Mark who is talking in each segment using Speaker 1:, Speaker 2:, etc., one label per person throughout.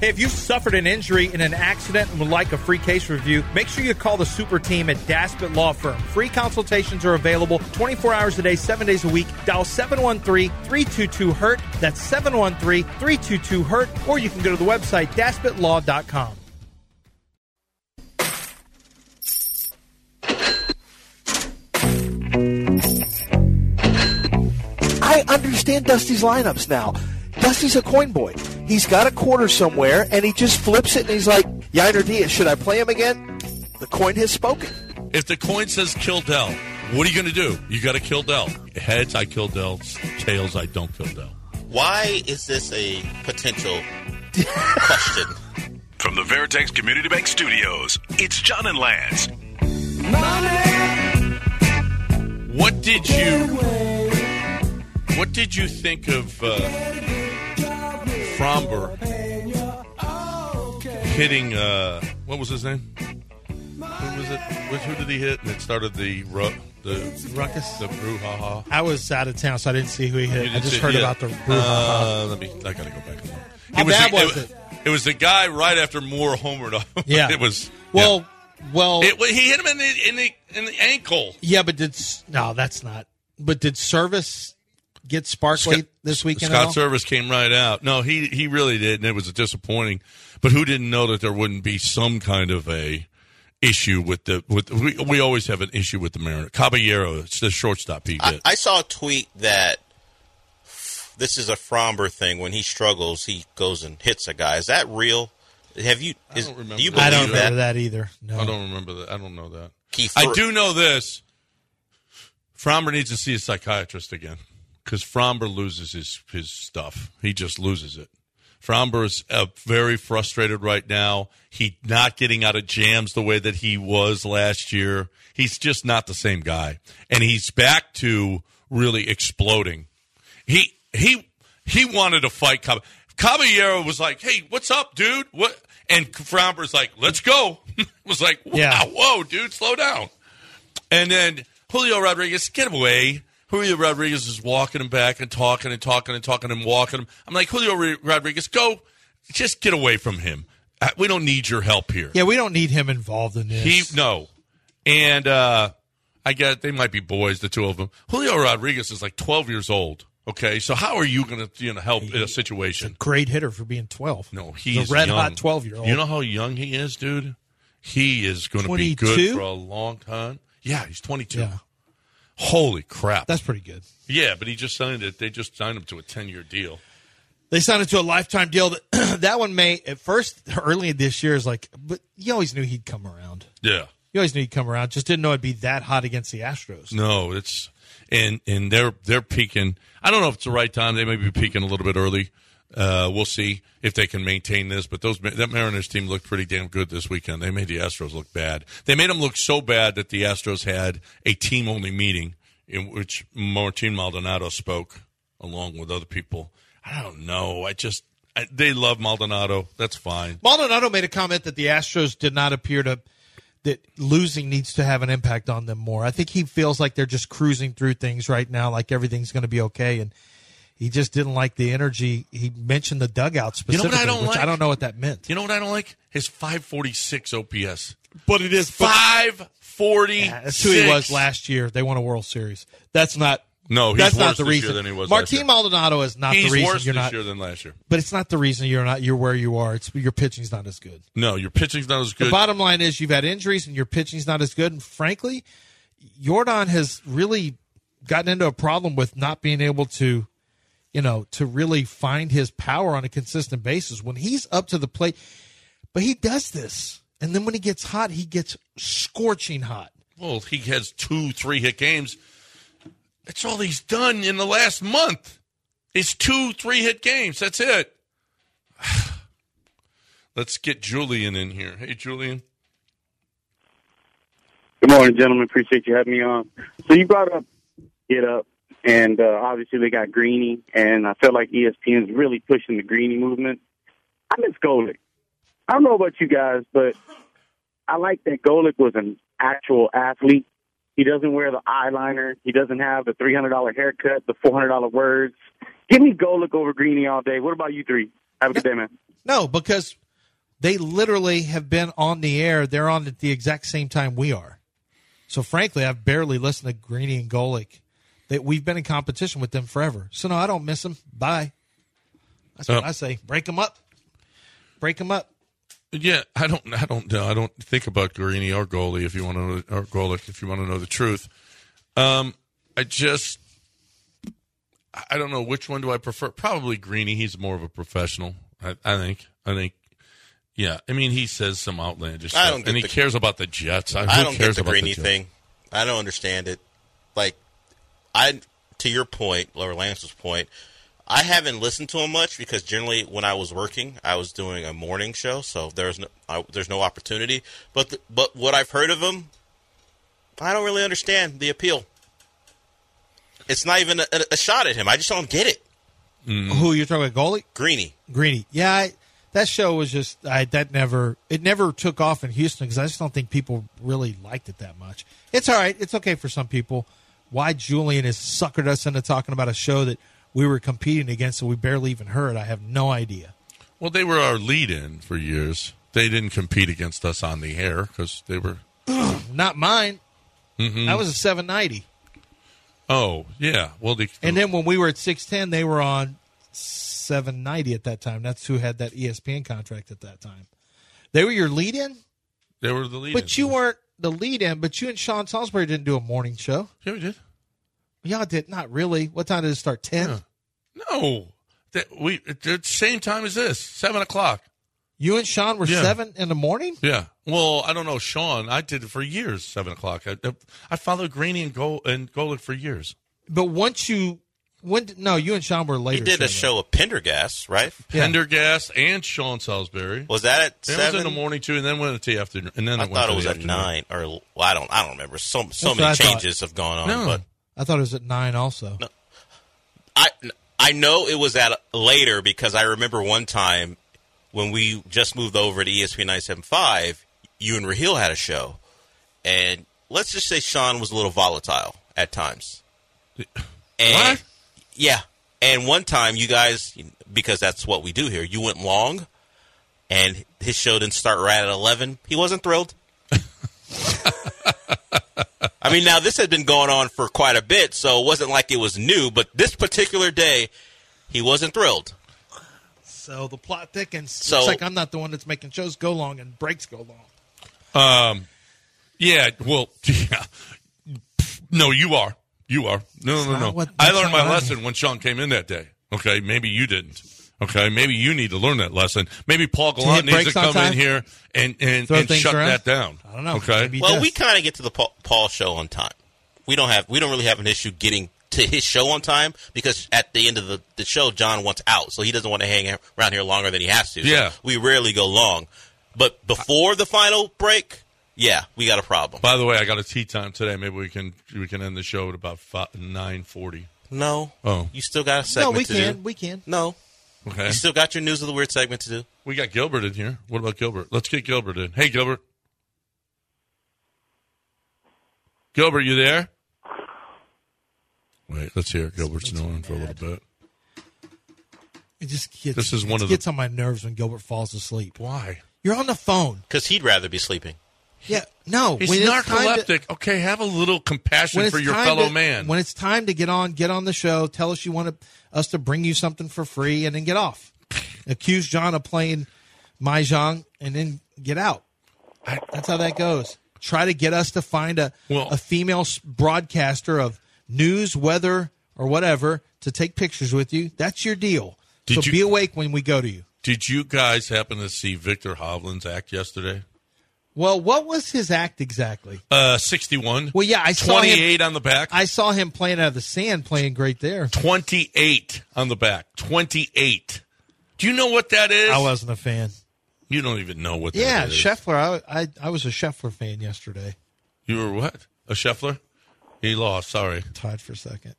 Speaker 1: Hey, if you've suffered an injury in an accident and would like a free case review, make sure you call the super team at Daspit Law Firm. Free consultations are available 24 hours a day, 7 days a week. Dial 713-322-HURT. E That's 713-322-HURT. E Or you can go to the website daspitlaw.com.
Speaker 2: I understand Dusty's lineups now. Dusty's a coin boy. He's got a quarter somewhere, and he just flips it, and he's like, Yiner Diaz, should I play him again? The coin has spoken.
Speaker 3: If the coin says kill Dell, what are you going to do? You got to kill Dell. Heads, I kill Dell. Tails, I don't kill Dell.
Speaker 4: Why is this a potential question?
Speaker 5: From the Veritex Community Bank Studios, it's John and Lance.
Speaker 3: What did you? What did you think of uh, Fromber hitting? Uh, what was his name? Who was it? Which, who did he hit? And it started the ru- the ruckus, the brouhaha.
Speaker 1: I was out of town, so I didn't see who he hit.
Speaker 3: You
Speaker 1: I just
Speaker 3: see-
Speaker 1: heard
Speaker 3: yeah.
Speaker 1: about the
Speaker 3: Uh, let me. I gotta go back. and look.
Speaker 1: How bad
Speaker 3: the,
Speaker 1: was it?
Speaker 3: It was the guy right after Moore homered off.
Speaker 6: Yeah.
Speaker 3: it was.
Speaker 6: Well, well,
Speaker 3: yeah. it, well, he hit him in the in the in the ankle.
Speaker 6: yeah, but did S- no, that's not. But did service get sparked
Speaker 3: Scott-
Speaker 6: late this weekend? at
Speaker 3: Scott
Speaker 6: all?
Speaker 3: Service came right out. No, he he really did, and it was disappointing. But who didn't know that there wouldn't be some kind of a issue with the with we, we always have an issue with the Mariner Caballero. It's the shortstop he
Speaker 4: I,
Speaker 3: did.
Speaker 4: I saw a tweet that this is a Fromber thing. When he struggles, he goes and hits a guy. Is that real? Have you? Is,
Speaker 3: don't remember
Speaker 4: do you
Speaker 3: that.
Speaker 4: believe
Speaker 6: I don't
Speaker 4: that?
Speaker 6: remember that either. No,
Speaker 3: I don't remember that. I don't know that.
Speaker 4: Keith
Speaker 3: I
Speaker 4: Fr-
Speaker 3: do know this. Fromber needs to see a psychiatrist again because Fromber loses his his stuff. He just loses it. Fromber is uh, very frustrated right now. He not getting out of jams the way that he was last year. He's just not the same guy, and he's back to really exploding. He he he wanted to fight Cab- Caballero. Was like, hey, what's up, dude? What? And Fromber's like, let's go. was like, wow,
Speaker 6: Yeah.
Speaker 3: whoa, dude, slow down. And then Julio Rodriguez, get away. Julio Rodriguez is walking him back and talking and talking and talking and walking him. I'm like, Julio Re- Rodriguez, go, just get away from him. Uh, We don't need your help here.
Speaker 6: yeah, we don't need him involved in this.
Speaker 3: He no, and uh, I get they might be boys, the two of them. Julio Rodriguez is like 12 years old. Okay, so how are you going to you know help in a situation?
Speaker 6: Great hitter for being twelve.
Speaker 3: No, he's
Speaker 6: a red
Speaker 3: young.
Speaker 6: hot twelve year old.
Speaker 3: You know how young he is, dude. He is going to be good
Speaker 6: 22?
Speaker 3: for a long time. Yeah, he's 22.
Speaker 6: Yeah.
Speaker 3: Holy crap!
Speaker 6: that's pretty good.
Speaker 3: yeah, but he just signed it. They just signed him to a 10 year deal.
Speaker 6: They signed it to a lifetime deal. That, that one may at first early this year is like, but you always knew he'd come around.
Speaker 3: Yeah.
Speaker 6: You always knew he'd come around. Just didn't know it'd be that hot against the Astros.
Speaker 3: No, it's and and they're they're peaking. I don't know if it's the right time. They may be peaking a little bit early. Uh, we'll see if they can maintain this. But those that Mariners team looked pretty damn good this weekend. They made the Astros look bad. They made them look so bad that the Astros had a team only meeting in which Martin Maldonado spoke along with other people. I don't know. I just I, they love Maldonado. That's fine.
Speaker 6: Maldonado made a comment that the Astros did not appear to that losing needs to have an impact on them more. I think he feels like they're just cruising through things right now, like everything's going to be okay, and he just didn't like the energy. He mentioned the dugout
Speaker 3: know
Speaker 6: specifically,
Speaker 3: what I don't
Speaker 6: which
Speaker 3: like?
Speaker 6: I don't know what that meant.
Speaker 3: You know what I don't like? His 546 OPS.
Speaker 6: But it is
Speaker 3: $546.
Speaker 6: That's who he was last year. They won a World Series. That's not.
Speaker 3: No, Oh, he's
Speaker 6: that's
Speaker 3: worse
Speaker 6: not the
Speaker 3: this year
Speaker 6: reason.
Speaker 3: than he was last
Speaker 6: Martin
Speaker 3: year.
Speaker 6: Maldonado is not
Speaker 3: He's
Speaker 6: the reason
Speaker 3: worse
Speaker 6: you're
Speaker 3: this
Speaker 6: not.
Speaker 3: year than last year.
Speaker 6: But it's not the reason you're not. You're where you are. It's your pitching's not as good.
Speaker 3: No, your pitching's not as
Speaker 6: The
Speaker 3: good.
Speaker 6: bottom line is you've had injuries and your pitching's not as good. And frankly, Jordan has really gotten into a problem with not being able to, you know, to really find his power on a consistent basis. When he's up to the plate, but he does this. And then when he gets hot, he gets scorching hot.
Speaker 3: well, he has two three hit games. That's all he's done in the last month. It's two three hit games. That's it. Let's get Julian in here. Hey, Julian.
Speaker 7: Good morning, gentlemen. Appreciate you having me on. So you brought up Get Up, and uh, obviously they got Greeny, and I felt like E ESPN's really pushing the Greeny movement. I miss Golick. I don't know about you guys, but I like that Golick was an actual athlete. He doesn't wear the eyeliner. He doesn't have the three hundred dollar haircut, the four hundred dollar words. Give me Golick over Greeny all day. What about you three? Have a good day, man.
Speaker 2: No, because they literally have been on the air. They're on at the exact same time we are. So frankly, I've barely listened to Greeny and Golick. That we've been in competition with them forever. So no, I don't miss them. Bye. That's what
Speaker 3: Oh.
Speaker 2: I say. Break them up. Break them up.
Speaker 3: Yeah, I don't, I don't know. I don't think about Guarini or goalie. If you want to, know, or Golick, if you want to know the truth, um, I just, I don't know which one do I prefer. Probably Greeny. He's more of a professional. I, I think. I think. Yeah, I mean, he says some outlandish
Speaker 4: I
Speaker 3: stuff,
Speaker 4: don't get
Speaker 3: and he
Speaker 4: the-
Speaker 3: cares about the Jets. I,
Speaker 4: I
Speaker 3: who
Speaker 4: don't
Speaker 3: cares
Speaker 4: get the
Speaker 3: about
Speaker 4: greeny
Speaker 3: Jets?
Speaker 4: thing. I don't understand it. Like, I to your point, Lower Lance's point. I haven't listened to him much because generally when I was working, I was doing a morning show, so there's no I, there's no opportunity. But the, but what I've heard of him, I don't really understand the appeal. It's not even a, a, a shot at him. I just don't get it.
Speaker 2: Who you're talking about, Golick?
Speaker 4: Greeny.
Speaker 2: Greeny. Yeah, I, that show was just I that never it never took off in Houston because I just don't think people really liked it that much. It's all right. It's okay for some people. Why Julian has suckered us into talking about a show that we were competing against that we barely even heard. I have no idea.
Speaker 3: Well, they were our lead-in for years. They didn't compete against us on the air because they were.
Speaker 2: Not mine. I was a 790.
Speaker 3: Oh yeah, well the,
Speaker 2: And then when we were at 610, they were on 790 at that time. That's who had that E ESPN contract at that time. They were your lead in,
Speaker 3: they were the lead.
Speaker 2: but you weren't the lead in, but you and Sean Salisbury didn't do a morning show.
Speaker 3: Yeah, we did.
Speaker 2: Y'all did not really. What time did it start? Ten.
Speaker 3: No, that we at the same time as this, seven o'clock.
Speaker 2: You and Sean were
Speaker 3: Yeah.
Speaker 2: seven in the morning.
Speaker 3: Yeah. Well, I don't know, Sean. I did it for years, seven o'clock. I, I followed Greeny and Go and Golick for years.
Speaker 2: But once you, when did- no, you and Sean were
Speaker 4: He
Speaker 2: later.
Speaker 4: did a
Speaker 2: showed up.
Speaker 4: show of Pendergast, right?
Speaker 2: Yeah.
Speaker 3: Pendergast and Sean Salisbury.
Speaker 4: Was that at
Speaker 3: That
Speaker 4: seven
Speaker 3: was in the morning too, and then went to the afternoon. And then
Speaker 4: I
Speaker 3: it went
Speaker 4: thought
Speaker 3: to
Speaker 4: it was
Speaker 3: the
Speaker 4: at
Speaker 3: afternoon.
Speaker 4: nine or well, I don't I don't remember. So so
Speaker 2: That's what I
Speaker 4: many
Speaker 2: thought.
Speaker 4: changes have gone on,
Speaker 3: No.
Speaker 4: but
Speaker 2: I thought it was at nine. Also,
Speaker 4: I I know it was at later because I remember one time when we just moved over to E ESPN 975, you and Raheel had a show. And let's just say Sean was a little volatile at times. And,
Speaker 3: What?
Speaker 4: Yeah. And one time you guys because that's what we do here, you went long and his show didn't start right at 11. He wasn't thrilled. I mean, now this had been going on for quite a bit, so it wasn't like it was new, but this particular day, he wasn't thrilled.
Speaker 2: so the plot thickens.
Speaker 4: So-
Speaker 2: it's like I'm not the one that's making shows go long and breaks go long.
Speaker 3: Yeah. Well. Yeah. No, you are. You are. No, no,
Speaker 2: not
Speaker 3: no.
Speaker 2: what-
Speaker 3: I
Speaker 2: that's
Speaker 3: learned
Speaker 2: not
Speaker 3: my
Speaker 2: what I
Speaker 3: lesson
Speaker 2: mean.
Speaker 3: when Sean came in that day. Okay, maybe you didn't. Okay, maybe you need to learn that lesson. Maybe Paul Gallant needs to
Speaker 2: breaks on
Speaker 3: come in
Speaker 2: time?
Speaker 3: here and and,
Speaker 2: Throw
Speaker 3: and
Speaker 2: things
Speaker 3: shut
Speaker 2: around?
Speaker 3: that down.
Speaker 2: I don't know.
Speaker 3: Okay,
Speaker 2: Maybe- He
Speaker 4: well,
Speaker 2: does.
Speaker 4: we kind of get to the Paul, Paul show on time. We don't have we don't really have an issue getting to his show on time because at the end of the, the show, John wants out, so he doesn't want to hang around here longer than he has to. So
Speaker 3: Yeah.
Speaker 4: we rarely go long, but before the final break, yeah, we got a problem.
Speaker 3: By the way, I got a tea time today. Maybe we can we can end the show at about nine forty.
Speaker 4: no,
Speaker 3: Oh. Eh.
Speaker 4: you still got a
Speaker 2: No,
Speaker 4: segment
Speaker 2: we
Speaker 4: to
Speaker 2: can.
Speaker 4: do.
Speaker 2: We can.
Speaker 4: No,
Speaker 3: Okay,
Speaker 4: you still got your news of the weird segment to do.
Speaker 3: we got Gilbert in here. What about Gilbert? Let's get Gilbert in. Hey, Gilbert. Gilbert, you there? Wait, let's hear Gilbert's noise for a little bit.
Speaker 2: It just gets.
Speaker 3: This is
Speaker 2: it
Speaker 3: one of the-
Speaker 2: gets on my nerves when Gilbert falls asleep.
Speaker 3: Why?
Speaker 2: You're on the phone.
Speaker 4: Because he'd rather be sleeping.
Speaker 2: Yeah. No.
Speaker 3: He's
Speaker 2: when it's time to-
Speaker 3: narcoleptic. okay, have a little compassion for your
Speaker 2: time
Speaker 3: fellow
Speaker 2: to-
Speaker 3: man.
Speaker 2: When it's time to get on, get on the show. Tell us you want to, us to bring you something for free, and then get off. Accuse John of playing mahjong, and then get out. That's how that goes. Try to get us to find a
Speaker 3: Well-
Speaker 2: a female s- broadcaster of news, weather, or whatever to take pictures with you. That's your deal.
Speaker 3: Did
Speaker 2: so
Speaker 3: you-
Speaker 2: be awake when we go to you.
Speaker 3: Did you guys happen to see Victor Hovland's act yesterday?
Speaker 2: Well, what was his act exactly?
Speaker 3: Uh, sixty-one.
Speaker 2: Well, yeah, I saw him-
Speaker 3: twenty-eight on the back.
Speaker 2: I saw him playing out of the sand, playing great there.
Speaker 3: 28 on the back. 28. Do you know what that is?
Speaker 2: I wasn't a fan.
Speaker 3: You don't even know what. That
Speaker 2: uh, Yeah,
Speaker 3: is.
Speaker 2: Scheffler. I, I I was a Scheffler fan yesterday.
Speaker 3: You were what? A Scheffler? He lost. Sorry,
Speaker 2: Tied for second.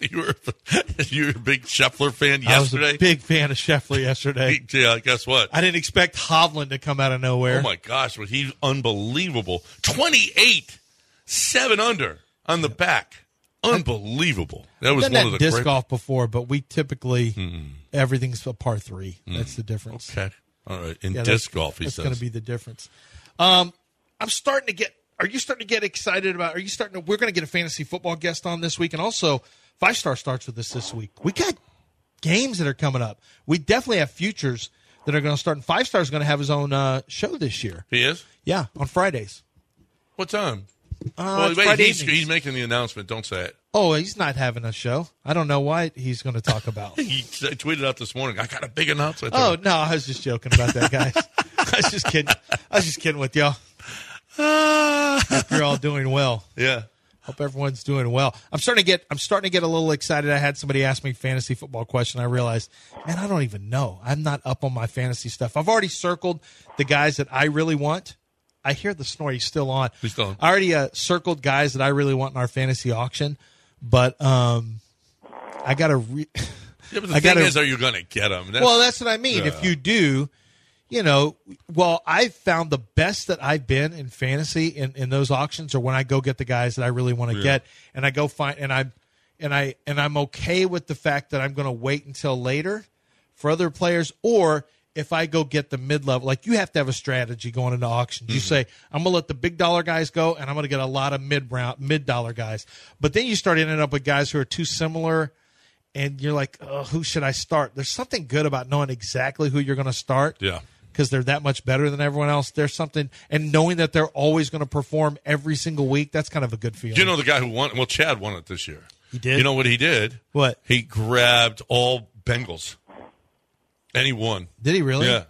Speaker 3: you were you were a big Scheffler fan
Speaker 2: I was
Speaker 3: yesterday.
Speaker 2: a big fan of Scheffler yesterday.
Speaker 3: yeah, guess what?
Speaker 2: I didn't expect Hovland to come out of nowhere.
Speaker 3: Oh my gosh, was he unbelievable? Twenty eight, seven under on the back, unbelievable. That was
Speaker 2: Done
Speaker 3: one
Speaker 2: that
Speaker 3: of the
Speaker 2: disc
Speaker 3: great. Hmm.
Speaker 2: golf before, but we typically everything's a par three. That's the difference.
Speaker 3: Okay, all right. In
Speaker 2: Yeah, that's-
Speaker 3: disc golf, he
Speaker 2: that's
Speaker 3: says.
Speaker 2: going to be the difference. Um, I'm starting to get. Are you starting to get excited about? Are you starting to? We're going to get a fantasy football guest on this week, and also five star starts with us this week. We got games that are coming up. We definitely have futures that are going to start, and five star is going to have his own uh, show this year.
Speaker 3: he is.
Speaker 2: Yeah, on Fridays.
Speaker 3: What time?
Speaker 2: Uh, it's
Speaker 3: wait,
Speaker 2: Friday
Speaker 3: he's,
Speaker 2: evenings.
Speaker 3: he's making the announcement. Don't say it.
Speaker 2: Oh, he's not having a show. I don't know what he's going to talk about.
Speaker 3: He t- tweeted out this morning. I got a big announcement.
Speaker 2: oh no, I was just joking about that, guys. I was just kidding. I was just kidding with y'all.
Speaker 3: Ah.
Speaker 2: You're all doing well.
Speaker 3: yeah.
Speaker 2: Hope everyone's doing well. I'm starting to get I'm starting to get a little excited. I had somebody ask me fantasy football question. I realized, man, I don't even know. I'm not up on my fantasy stuff. I've already circled the guys that I really want. I hear the snore. He's still on.
Speaker 3: He's still on.
Speaker 2: I already uh, circled guys that I really want in our fantasy auction, but um, I got to. Re-
Speaker 3: Yeah, but the
Speaker 2: I
Speaker 3: thing
Speaker 2: gotta-
Speaker 3: is, are you going to get them?
Speaker 2: well, that's what I mean. If
Speaker 3: Yeah.
Speaker 2: you do, you know, well, I've found the best that I've been in fantasy in, in those auctions are when I go get the guys that I really want to get and I go find and I'm and I and I'm okay with the fact that I'm gonna wait until later for other players or if I go get the mid level, like you have to have a strategy going into auctions. You say, I'm gonna let the big dollar guys go and I'm gonna get a lot of mid round mid dollar guys. But then you start ending up with guys who are too similar and you're like, oh, who should I start? There's something good about knowing exactly who you're going to start.
Speaker 3: Yeah.
Speaker 2: Because they're that much better than everyone else. There's something, and knowing that they're always going to perform every single week, that's kind of a good feeling.
Speaker 3: Do you know the guy who won? Well, Chad won it this year. He
Speaker 2: did?
Speaker 3: You know what he did?
Speaker 2: What?
Speaker 3: He grabbed all Bengals, and he won.
Speaker 2: Did he really?
Speaker 3: Yeah.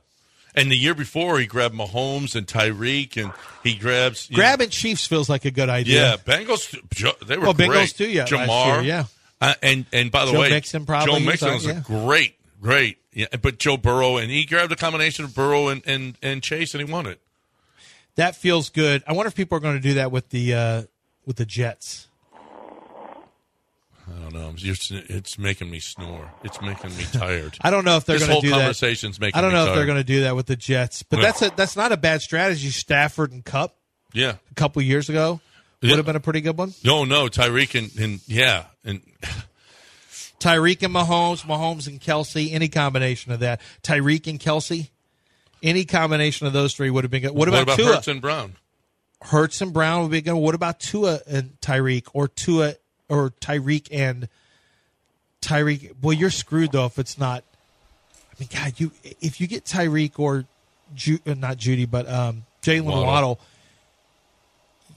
Speaker 3: And the year before, he grabbed Mahomes and Tyreek, and he grabs you know-
Speaker 2: Grabbing Chiefs feels like a good idea.
Speaker 3: Yeah, Bengals. ju- They were
Speaker 2: Well, Oh, Bengals
Speaker 3: great.
Speaker 2: too, yeah, last
Speaker 3: Jamar.
Speaker 2: year, yeah.
Speaker 3: Uh, and and by the
Speaker 2: Joe
Speaker 3: way,
Speaker 2: Mixon probably,
Speaker 3: Joe
Speaker 2: he was
Speaker 3: Mixon
Speaker 2: on-
Speaker 3: was
Speaker 2: yeah.
Speaker 3: a great, great. Yeah, but Joe Burrow and he grabbed a combination of Burrow and and, and Chase, and he won it.
Speaker 2: That feels good. I wonder if people are going to do that with the uh, with the Jets.
Speaker 3: I don't know. I'm just- it's making me snore. It's making me tired.
Speaker 2: I don't know if they're
Speaker 3: This
Speaker 2: going to
Speaker 3: whole
Speaker 2: do
Speaker 3: conversation's
Speaker 2: that.
Speaker 3: making
Speaker 2: I don't
Speaker 3: me
Speaker 2: know if
Speaker 3: tired.
Speaker 2: they're going to do that with the Jets, but
Speaker 3: Yeah.
Speaker 2: that's a, that's not a bad strategy. Stafford and Cup
Speaker 3: yeah.
Speaker 2: a couple years ago
Speaker 3: Yeah.
Speaker 2: would have been a pretty good one.
Speaker 3: No, no. Tyreek and, and yeah, and
Speaker 2: Tyreek and Mahomes, Mahomes and Kelsey, any combination of that. Tyreek and Kelsey, any combination of those three would have been good. What about,
Speaker 3: what about
Speaker 2: Tua?
Speaker 3: Hurts and Brown?
Speaker 2: Hurts and Brown would be good. What about Tua and Tyreek or Tua or Tyreek and Tyreek? Well, you're screwed though if it's not. I mean, God, you if you get Tyreek or Ju, uh, not Judy, but um, Jalen Waddle.
Speaker 3: Waddle.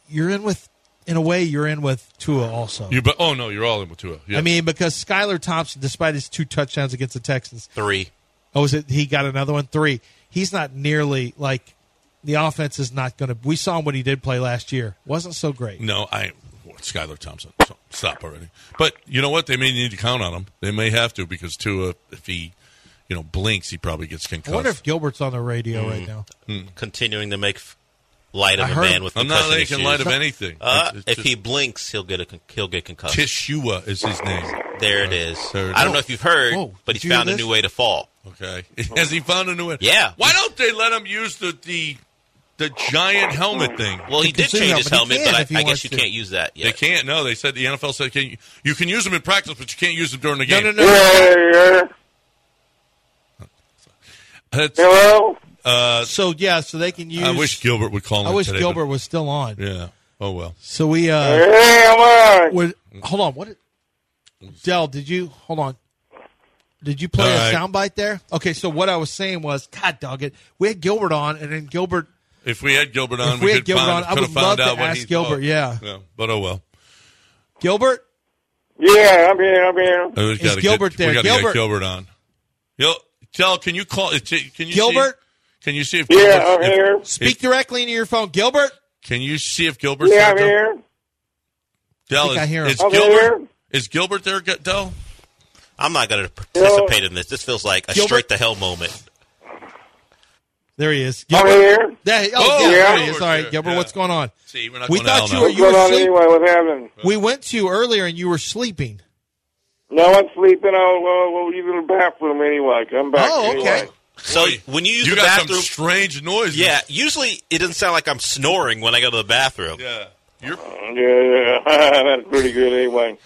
Speaker 2: you're in with. In a way, you're in with Tua also.
Speaker 3: You but oh no, you're all in with Tua. Yeah.
Speaker 2: I mean, because Skylar Thompson, despite his two touchdowns against the Texans,
Speaker 4: Three.
Speaker 2: Oh, is it? He got another one, three. He's not nearly like the offense is not going to. We saw him when he did play last year. Wasn't so great.
Speaker 3: no, I what, Skylar Thompson. So, stop already. But you know what? They may need to count on him. They may have to because Tua, if he, you know, blinks, he probably gets
Speaker 2: I
Speaker 3: concussed.
Speaker 2: wonder if Gilbert's on the radio
Speaker 3: Mm.
Speaker 2: right now.
Speaker 4: Continuing to make f- light of
Speaker 2: I
Speaker 4: a
Speaker 2: heard-
Speaker 4: man with
Speaker 3: I'm
Speaker 4: concussion
Speaker 3: not
Speaker 4: issues.
Speaker 3: making light of anything.
Speaker 4: Uh,
Speaker 3: It's- it's
Speaker 4: if he blinks, he'll get a con- he'll get concussed.
Speaker 3: Tishua is his name.
Speaker 4: There it is.
Speaker 3: There it
Speaker 4: I don't
Speaker 3: is.
Speaker 4: know if you've heard,
Speaker 2: Whoa,
Speaker 4: but
Speaker 2: did
Speaker 4: he's
Speaker 2: you hear
Speaker 4: found a
Speaker 2: this?
Speaker 4: new way to fall.
Speaker 3: Okay. Has he found a new one?
Speaker 4: Yeah.
Speaker 3: Why don't they let him use the the, the giant helmet thing?
Speaker 4: Well, he
Speaker 2: He
Speaker 4: did
Speaker 2: can
Speaker 4: change
Speaker 2: sue
Speaker 4: his
Speaker 2: him, but he
Speaker 4: helmet,
Speaker 2: can
Speaker 4: but I,
Speaker 2: if he
Speaker 4: I
Speaker 2: wants
Speaker 4: guess you
Speaker 2: to.
Speaker 4: can't use that
Speaker 3: They
Speaker 4: yet.
Speaker 3: can't. No, they said the NFL said can you, you can use them in practice, but you can't use them during the
Speaker 2: No,
Speaker 3: game.
Speaker 2: no, no.
Speaker 3: That's-
Speaker 7: Hello?
Speaker 3: uh,
Speaker 2: So yeah, so they can use.
Speaker 3: I wish Gilbert would call him.
Speaker 2: I wish
Speaker 3: today,
Speaker 2: Gilbert was still on.
Speaker 3: But, yeah. Oh well.
Speaker 2: So we. uh we're- Hold on. What? Dell, did you hold on? Did you play
Speaker 3: All
Speaker 2: a
Speaker 3: right.
Speaker 2: soundbite there? Okay, so what I was saying was, God dog it, we had Gilbert on, and then Gilbert
Speaker 3: If we had Gilbert on,
Speaker 2: If we had
Speaker 3: could
Speaker 2: Gilbert
Speaker 3: find,
Speaker 2: on, I
Speaker 3: could
Speaker 2: would
Speaker 3: have
Speaker 2: love
Speaker 3: found
Speaker 2: to
Speaker 3: out what
Speaker 2: ask
Speaker 3: he's
Speaker 2: Gilbert,
Speaker 3: thought.
Speaker 2: yeah.
Speaker 3: But oh well.
Speaker 2: Gilbert
Speaker 7: Yeah, I'm here, I'm here.
Speaker 3: Uh, we gotta
Speaker 2: Gilbert
Speaker 3: get,
Speaker 2: there?
Speaker 3: We gotta
Speaker 2: Gilbert.
Speaker 3: Get Gilbert on. Yo, tell. Can you call? Can you see-
Speaker 2: Gilbert?
Speaker 3: can you see if?
Speaker 7: Yeah, I'm
Speaker 3: Gilbert's- if-
Speaker 7: here.
Speaker 2: speak directly into your phone. Gilbert,
Speaker 3: Can you see if Gilbert's
Speaker 7: Yeah, I'm
Speaker 3: there, Del?
Speaker 7: here.
Speaker 3: Del,
Speaker 2: think
Speaker 3: is,
Speaker 2: I hear him.
Speaker 3: is
Speaker 7: I'm
Speaker 3: Gilbert
Speaker 7: here.
Speaker 3: is Gilbert there, G- Del?
Speaker 4: I'm not going to participate in this. This feels like a
Speaker 2: Gilbert-
Speaker 4: straight to hell moment.
Speaker 2: There he is.
Speaker 7: I'm
Speaker 2: Gilbert.
Speaker 7: here.
Speaker 2: There, oh,
Speaker 3: Oh,
Speaker 2: yeah, there he
Speaker 3: Gilbert,
Speaker 2: is. All right,
Speaker 3: yeah,
Speaker 2: Gilbert,
Speaker 3: yeah.
Speaker 2: what's going on?
Speaker 3: See, we're not
Speaker 2: We
Speaker 3: going
Speaker 2: thought
Speaker 3: to
Speaker 2: you
Speaker 3: Al
Speaker 2: were-
Speaker 7: What's going on
Speaker 2: asleep?
Speaker 7: anyway? What's happening?
Speaker 2: We went to you earlier and you were sleeping.
Speaker 7: No, I'm sleeping. Oh, well, well, you in the bathroom anyway. Come back.
Speaker 2: Oh, okay.
Speaker 7: anyway.
Speaker 4: So
Speaker 3: Boy,
Speaker 4: when you use
Speaker 3: you
Speaker 4: the
Speaker 3: got
Speaker 4: bathroom,
Speaker 3: some strange noises.
Speaker 4: yeah, usually it doesn't sound like I'm snoring when I go to the bathroom.
Speaker 3: yeah. You're
Speaker 4: Oh.
Speaker 7: Yeah, yeah. that's pretty good anyway.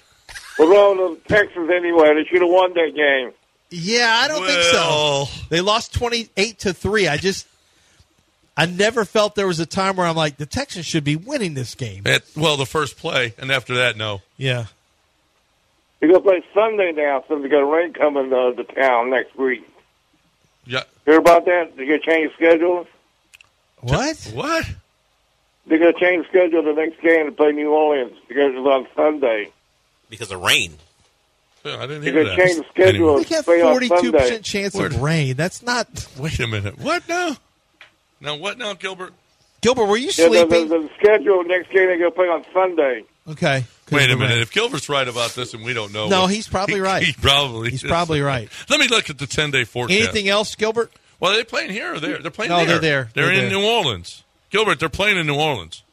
Speaker 7: We're going to Texas anyway. They should have won that game.
Speaker 2: Yeah, I don't
Speaker 3: Well.
Speaker 2: think so. They lost 28 to 3. I just I never felt there was a time where I'm like the Texans should be winning this game.
Speaker 3: at, well, the first play, and after that, no.
Speaker 2: Yeah.
Speaker 7: They're going to play Sunday now since they got rain coming uh, to town next week.
Speaker 3: Yeah.
Speaker 7: Hear about that? They're going to change schedule.
Speaker 2: What?
Speaker 3: What?
Speaker 7: They're going to change schedule the next game to play New Orleans because it's on Sunday.
Speaker 4: Because of rain.
Speaker 3: Yeah, I didn't
Speaker 7: They're
Speaker 3: hear
Speaker 7: going
Speaker 3: that.
Speaker 7: to change the schedule
Speaker 2: We
Speaker 7: to
Speaker 2: have
Speaker 7: play on
Speaker 2: 42%
Speaker 7: Sunday.
Speaker 2: chance
Speaker 3: Word.
Speaker 2: of rain. That's not
Speaker 3: Wait a minute. What now? Now what now, Gilbert?
Speaker 2: Gilbert, were you
Speaker 7: Yeah, the, the,
Speaker 2: sleeping?
Speaker 7: the schedule next game they're going to play on Sunday.
Speaker 2: Okay. Could've
Speaker 3: Wait a
Speaker 2: been
Speaker 3: minute.
Speaker 2: rain.
Speaker 3: If Gilbert's right about this, and we don't know,
Speaker 2: No,
Speaker 3: what-
Speaker 2: he's probably
Speaker 3: he-
Speaker 2: right.
Speaker 3: He probably.
Speaker 2: He's
Speaker 3: is.
Speaker 2: probably right.
Speaker 3: Let me look at the ten-day forecast.
Speaker 2: Anything else, Gilbert?
Speaker 3: Well, are they playing here or there? They're playing
Speaker 2: No,
Speaker 3: there.
Speaker 2: they're there.
Speaker 3: They're,
Speaker 2: They're
Speaker 3: in
Speaker 2: there.
Speaker 3: New Orleans. Gilbert, they're playing in New Orleans.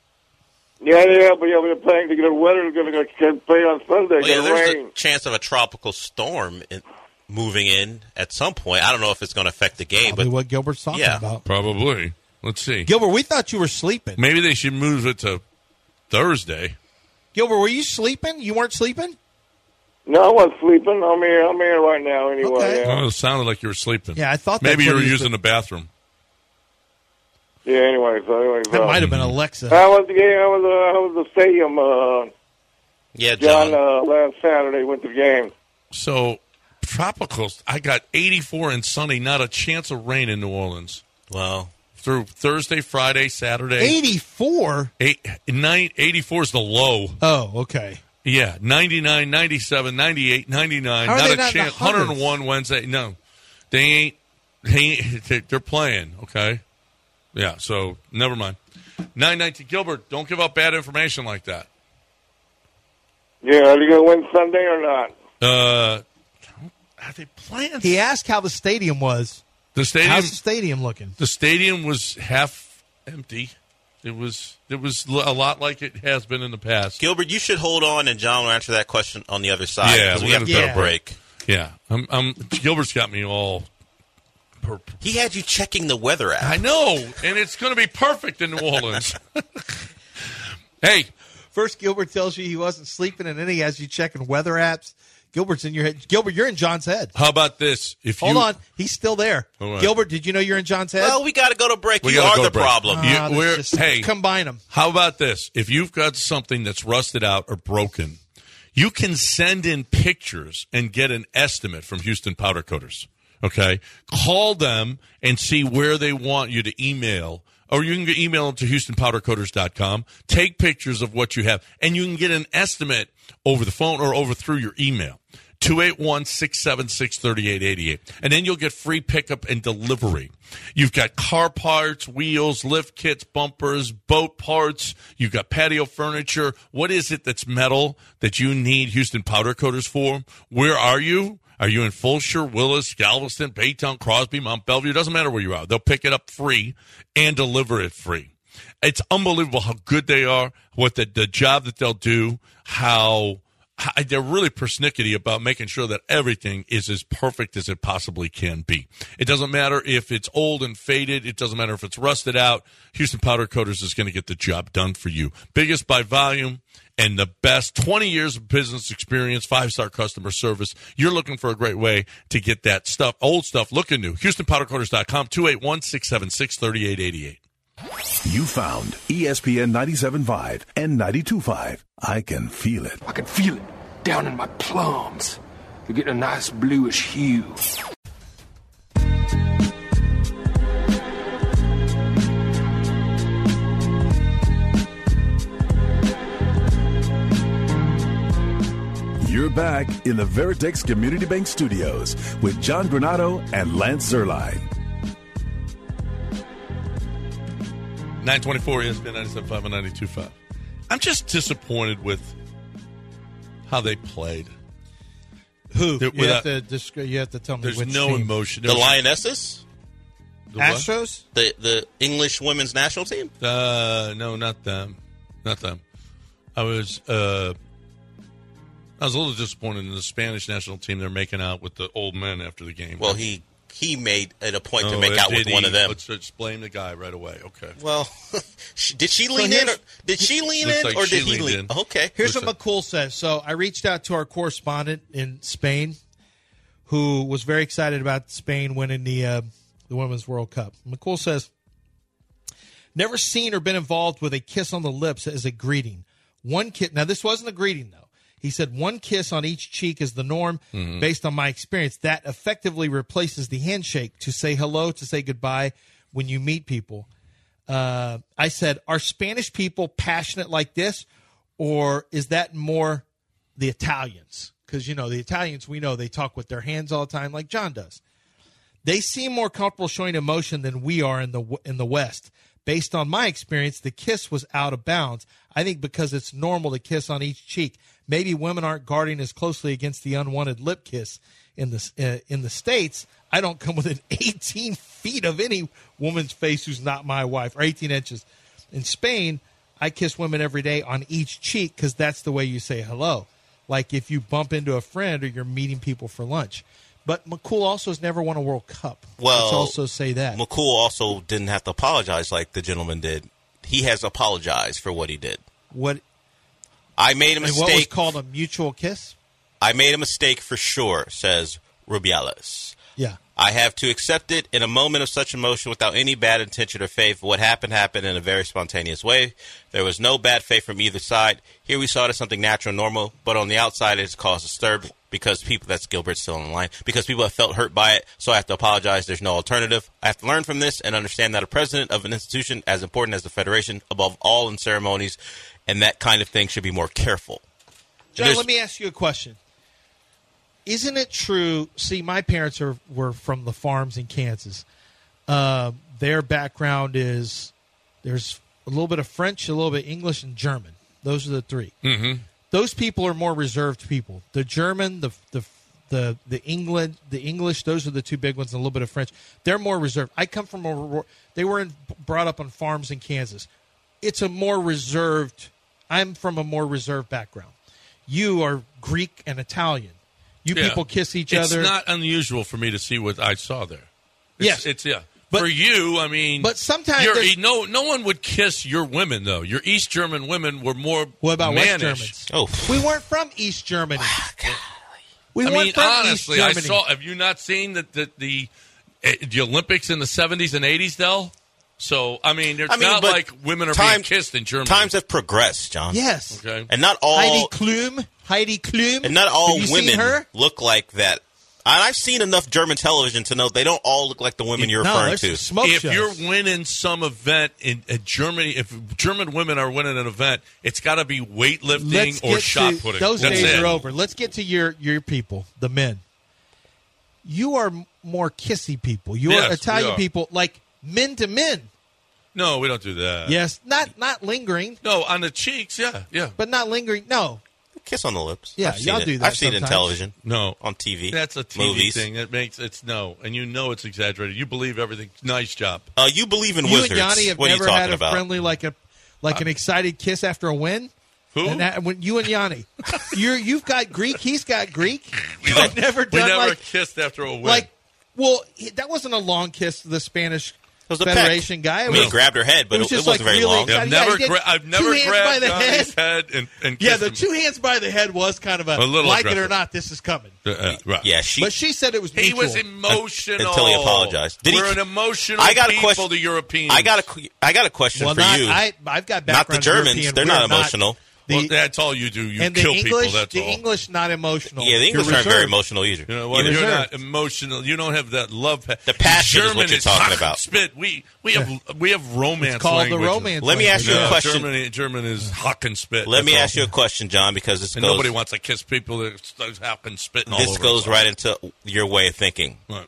Speaker 7: Yeah, yeah, but yeah, we're playing. The weather is going to play on Sunday.
Speaker 4: Well, yeah,
Speaker 7: It's gonna
Speaker 4: there's
Speaker 7: rain.
Speaker 4: a chance of a tropical storm in, moving in at some point. I don't know if it's going to affect the game,
Speaker 2: Probably
Speaker 4: but
Speaker 2: what Gilbert's talking
Speaker 4: Yeah.
Speaker 2: about.
Speaker 3: Probably. Let's see.
Speaker 2: Gilbert, we thought you were sleeping.
Speaker 3: Maybe they should move it to Thursday.
Speaker 2: Gilbert, were you sleeping? You weren't sleeping?
Speaker 7: No, I wasn't sleeping. I'm here. I'm here right now. Anyway,
Speaker 2: Okay.
Speaker 7: yeah.
Speaker 3: Oh, it sounded like you were sleeping.
Speaker 2: Yeah, I thought that's
Speaker 3: maybe you
Speaker 2: what
Speaker 3: were
Speaker 2: he was
Speaker 3: using the bathroom.
Speaker 7: yeah. Anyway, so anyway,
Speaker 2: That
Speaker 7: so.
Speaker 2: might have been Alexa.
Speaker 7: I was the game. I was uh, I was the stadium. Uh,
Speaker 4: yeah, John.
Speaker 7: John uh, last Saturday went to the game.
Speaker 3: So, tropicals. I got 84 and sunny, not a chance of rain in New Orleans
Speaker 4: well,
Speaker 3: through Thursday, Friday, Saturday.
Speaker 2: 84?
Speaker 3: Eight, nine, 84 is the low.
Speaker 2: Oh, okay.
Speaker 3: Yeah, 99, 97, 98, 99.
Speaker 2: How are
Speaker 3: not
Speaker 2: they not in
Speaker 3: a
Speaker 2: the
Speaker 3: chance.
Speaker 2: hundreds?
Speaker 3: 101 Wednesday. No, they ain't. They ain't. they- They're playing. Okay. Yeah. So never mind. Nine nineteen. Gilbert, don't give out bad information like that.
Speaker 7: Yeah, are you gonna win Sunday or not?
Speaker 3: Uh, are they playing?
Speaker 2: He asked how the stadium was.
Speaker 3: the stadium.
Speaker 2: How's the stadium looking?
Speaker 3: The stadium was half empty. It was. It was l- a lot like it has been in the past.
Speaker 4: Gilbert, you should hold on, and John will answer that question on the other side
Speaker 3: Yeah,
Speaker 4: because we
Speaker 3: we're
Speaker 4: have to
Speaker 3: gonna
Speaker 4: go
Speaker 2: go
Speaker 4: to break.
Speaker 3: Yeah. I'm. I'm. Gilbert's got me all. Per-
Speaker 4: He had you checking the weather app.
Speaker 3: I know, and it's going to be perfect in New Orleans. hey,
Speaker 2: First, Gilbert tells you he wasn't sleeping, and then he has you checking weather apps. Gilbert's in your head. Gilbert, you're in John's head.
Speaker 3: how about this? If
Speaker 2: Hold
Speaker 3: you,
Speaker 2: on. He's still there.
Speaker 3: All right.
Speaker 2: Gilbert, did you know you're in John's head?
Speaker 4: Well, we got to go to break.
Speaker 3: We
Speaker 4: you
Speaker 3: gotta
Speaker 4: are
Speaker 3: go to
Speaker 4: the
Speaker 3: break. Uh,
Speaker 4: problem.
Speaker 3: You-
Speaker 2: Ah, that's
Speaker 3: we're- hey.
Speaker 2: Combine them.
Speaker 3: how about this? If you've got something that's rusted out or broken, you can send in pictures and get an estimate from Houston Powder Coaters. Okay, call them and see where they want you to email. Or you can email them to HoustonPowderCoaters.com. Take pictures of what you have, and you can get an estimate over the phone or over through your email. 281 676 3888. And then you'll get free pickup and delivery. You've got car parts, wheels, lift kits, bumpers, boat parts. You've got patio furniture. What is it that's metal that you need Houston powder coaters for? Where are you? Are you in Fulshire, Willis, Galveston, Baytown, Crosby, Mount Bellevue? Doesn't matter where you are. They'll pick it up free and deliver it free. It's unbelievable how good they are, what the, the job that they'll do, how I, they're really persnickety about making sure that everything is as perfect as it possibly can be. It doesn't matter if it's old and faded. It doesn't matter if it's rusted out. Houston Powder Coaters is going to get the job done for you. Biggest by volume and the best 20 years of business experience, five star customer service. You're looking for a great way to get that stuff, old stuff looking new. HoustonPowderCoaters.com, 281 676 3888.
Speaker 5: You found E ESPN 97.5 and 92.5. I can feel it.
Speaker 8: I can feel it down in my plums. You're getting a nice bluish hue.
Speaker 5: You're back in the Veritex Community Bank Studios with John Granado and Lance Zerline.
Speaker 3: 924 ESPN 975 and 925. I'm just disappointed with how they played.
Speaker 2: Who?
Speaker 3: There-
Speaker 2: you, have
Speaker 3: without-
Speaker 2: to disc- you have to tell me
Speaker 3: There's
Speaker 2: which
Speaker 3: no
Speaker 2: team.
Speaker 3: emotion.
Speaker 4: The
Speaker 3: There was-
Speaker 4: Lionesses?
Speaker 3: The what?
Speaker 2: Astros?
Speaker 4: The the English women's national team.
Speaker 3: Uh, no, not them. Not them. I was uh, I was a little disappointed in the Spanish national team. They're making out with the old men after the game.
Speaker 4: Well, he he made it a point to
Speaker 3: Oh,
Speaker 4: make out
Speaker 3: did
Speaker 4: with one
Speaker 3: he?
Speaker 4: of them.
Speaker 3: Let's just blame the guy right away. Okay.
Speaker 4: Well, she- did she lean in? Or,
Speaker 2: here's-
Speaker 4: did she lean
Speaker 3: Looks
Speaker 4: in,
Speaker 3: like
Speaker 4: or
Speaker 3: she
Speaker 4: did he
Speaker 3: leaned
Speaker 4: lean?
Speaker 3: in.
Speaker 4: Okay,
Speaker 2: Here's
Speaker 3: Listen.
Speaker 2: what McCool says. So I reached out to our correspondent in Spain, who was very excited about Spain winning the uh, the Women's World Cup. McCool says, "Never seen or been involved with a kiss on the lips as a greeting. One kiss. Now this wasn't a greeting though. He said one kiss on each cheek is the norm. Based on my experience, that effectively replaces the handshake to say hello, to say goodbye when you meet people." uh, I said, are Spanish people passionate like this, or is that more the Italians? Because you know the Italians, we know they talk with their hands all the time, like John does. They seem more comfortable showing emotion than we are in the in the West. Based on my experience, the kiss was out of bounds. I think because it's normal to kiss on each cheek. Maybe women aren't guarding as closely against the unwanted lip kiss in the uh, in the states. I don't come within 18 feet of any woman's face who's not my wife, or 18 inches. In Spain, I kiss women every day on each cheek because that's the way you say hello. Like if you bump into a friend or you're meeting people for lunch. But McCool also has never won a World Cup.
Speaker 4: Well,
Speaker 2: Let's also say that.
Speaker 4: McCool also didn't have to apologize like the gentleman did. He has apologized for what he did.
Speaker 2: What
Speaker 4: I made a
Speaker 2: and what was
Speaker 4: mistake.
Speaker 2: called a mutual kiss?
Speaker 4: I made a mistake for sure, says Rubiales.
Speaker 2: Yeah.
Speaker 4: I have to accept it in a moment of such emotion without any bad intention or faith. What happened happened in a very spontaneous way. There was no bad faith from either side. Here we saw it as something natural and normal, but on the outside it has caused disturb because people that's Gilbert still on the line. Because people have felt hurt by it, so I have to apologize. There's no alternative. I have to learn from this and understand that a president of an institution as important as the Federation, above all in ceremonies and that kind of thing should be more careful.
Speaker 2: John,
Speaker 4: There's-
Speaker 2: let me ask you a question. Isn't it true? See, my parents are were from the farms in Kansas. Uh, their background is there's a little bit of French, a little bit of English, and German. Those are the 3 Mm-hmm. Those people are more reserved people. The German, the the the the England, the English. Those are the two big ones. And a little bit of French. They're more reserved. I come from a. re- They were in, brought up on farms in Kansas. It's a more reserved. I'm from a more reserved background. You are Greek and Italian. You
Speaker 3: Yeah.
Speaker 2: people kiss each
Speaker 3: it's
Speaker 2: other.
Speaker 3: It's not unusual for me to see what I saw there. It's,
Speaker 2: Yes.
Speaker 3: it's yeah.
Speaker 2: But-
Speaker 3: for you, I mean,
Speaker 2: but sometimes
Speaker 3: you're- e,
Speaker 2: there's-
Speaker 3: no no one would kiss your women though. Your East German women were more
Speaker 2: what about West
Speaker 3: mannish.
Speaker 2: Germans?
Speaker 4: Oh. Ah,
Speaker 2: we weren't from East Germany. We
Speaker 3: I
Speaker 2: weren't
Speaker 3: mean,
Speaker 2: from
Speaker 3: honestly,
Speaker 2: East
Speaker 3: I
Speaker 2: Germany.
Speaker 3: saw. Have you not seen the the, the, eh, the Olympics in the seventies and eighties, Dell? So I mean, it's
Speaker 4: I mean,
Speaker 3: not
Speaker 4: but
Speaker 3: like women are being
Speaker 4: time-
Speaker 3: kissed in Germany.
Speaker 4: Times have progressed, John.
Speaker 2: Yes.
Speaker 3: okay.
Speaker 4: And not all
Speaker 2: Heidi Klum. Heidi Klum.
Speaker 4: And not all
Speaker 2: Have you
Speaker 4: women
Speaker 2: Seen her?
Speaker 4: look like that. And I've seen enough German television to know they don't all look like the women you're
Speaker 2: no,
Speaker 4: referring
Speaker 2: there's
Speaker 4: to.
Speaker 2: some smoke
Speaker 3: if
Speaker 2: shows.
Speaker 3: you're winning some event in, in Germany, if German women are winning an event, it's got to be weightlifting
Speaker 2: Let's
Speaker 3: or
Speaker 2: get
Speaker 3: shot
Speaker 2: to-
Speaker 3: putting.
Speaker 2: Those
Speaker 3: That's
Speaker 2: days
Speaker 3: it.
Speaker 2: are over. Let's get to your your people, the men. You are m- more kissy people. You
Speaker 3: Yes,
Speaker 2: are
Speaker 3: we
Speaker 2: Italian
Speaker 3: are.
Speaker 2: people, like men to men.
Speaker 3: No, we don't do that.
Speaker 2: Yes, not not lingering,
Speaker 3: No, on the cheeks. Yeah, yeah.
Speaker 2: but not lingering. No,
Speaker 4: Kiss on the lips.
Speaker 2: Yeah,
Speaker 4: I've seen
Speaker 2: y'all
Speaker 4: it.
Speaker 2: do that
Speaker 4: I've seen it in
Speaker 2: sometimes.
Speaker 4: television,
Speaker 3: No,
Speaker 4: on TV.
Speaker 3: that's a TV
Speaker 4: movies.
Speaker 3: thing that makes it's no, and you know it's exaggerated. You believe everything. Nice job.
Speaker 4: Uh, you believe in
Speaker 2: you
Speaker 4: wizards.
Speaker 2: and Yanni have
Speaker 4: what are you
Speaker 2: never
Speaker 4: talking
Speaker 2: had a
Speaker 4: about?
Speaker 2: friendly like a like an excited kiss after a win.
Speaker 3: Uh, Who?
Speaker 2: And that, when you and Yanni, you're you've got Greek. He's got Greek. I've never
Speaker 3: we
Speaker 2: done
Speaker 3: never
Speaker 2: like
Speaker 3: kissed after a win.
Speaker 2: like. Well, he- that wasn't a long kiss to the Spanish
Speaker 4: was a peck.
Speaker 2: Federation guy. It
Speaker 4: I mean,
Speaker 2: was-
Speaker 4: he grabbed her head, but
Speaker 2: it
Speaker 4: it,
Speaker 2: was just
Speaker 4: it
Speaker 2: like
Speaker 4: wasn't very
Speaker 2: really
Speaker 4: long.
Speaker 2: excited.
Speaker 3: I've
Speaker 2: yeah,
Speaker 3: never,
Speaker 2: he did
Speaker 3: gra- I've
Speaker 2: two
Speaker 3: never
Speaker 2: hands by
Speaker 3: grabbed
Speaker 2: the
Speaker 3: Johnny's head and, and
Speaker 2: Yeah,
Speaker 3: kissed
Speaker 2: the
Speaker 3: him.
Speaker 2: two hands by the head was kind of a,
Speaker 3: A little
Speaker 2: like it
Speaker 3: aggressive.
Speaker 2: or not, this is coming.
Speaker 3: Uh, uh, right.
Speaker 4: Yeah, she.
Speaker 2: But she said it was
Speaker 3: He
Speaker 2: mutual.
Speaker 3: was emotional
Speaker 4: Until he apologized. Did he-
Speaker 3: We're an emotional
Speaker 4: I got a
Speaker 3: people,
Speaker 4: question.
Speaker 3: the Europeans.
Speaker 4: I got a. que- I got a question
Speaker 2: well,
Speaker 4: for
Speaker 2: not,
Speaker 4: you.
Speaker 2: I, I've got
Speaker 4: Not the
Speaker 2: background in
Speaker 4: Germans.
Speaker 2: European.
Speaker 4: They're
Speaker 2: We're
Speaker 4: not emotional.
Speaker 2: The,
Speaker 3: well, that's all you do. You
Speaker 2: and
Speaker 3: kill
Speaker 2: the English,
Speaker 3: people. That's
Speaker 2: the
Speaker 3: all.
Speaker 2: English not emotional.
Speaker 4: yeah, the English
Speaker 2: You're
Speaker 4: aren't very
Speaker 2: reserved.
Speaker 4: emotional either.
Speaker 3: You know what?
Speaker 4: Either.
Speaker 3: You're
Speaker 2: reserved.
Speaker 3: not emotional. You don't have that love. pa-
Speaker 4: The passion is what
Speaker 3: German
Speaker 4: you're talking
Speaker 3: hot
Speaker 4: about.
Speaker 3: Spit. We we have we have romance.
Speaker 2: It's called the
Speaker 3: languages.
Speaker 2: romance.
Speaker 4: Let me ask
Speaker 2: language.
Speaker 4: you a
Speaker 3: No,
Speaker 4: question.
Speaker 3: Germany, German is hock and spit.
Speaker 4: Let me
Speaker 3: That's
Speaker 4: ask you a question, John, because this
Speaker 3: all. And
Speaker 4: goes.
Speaker 3: nobody wants to kiss people that starts hock and spitting all
Speaker 4: this
Speaker 3: over
Speaker 4: goes
Speaker 3: us.
Speaker 4: right into your way of thinking.
Speaker 3: Right.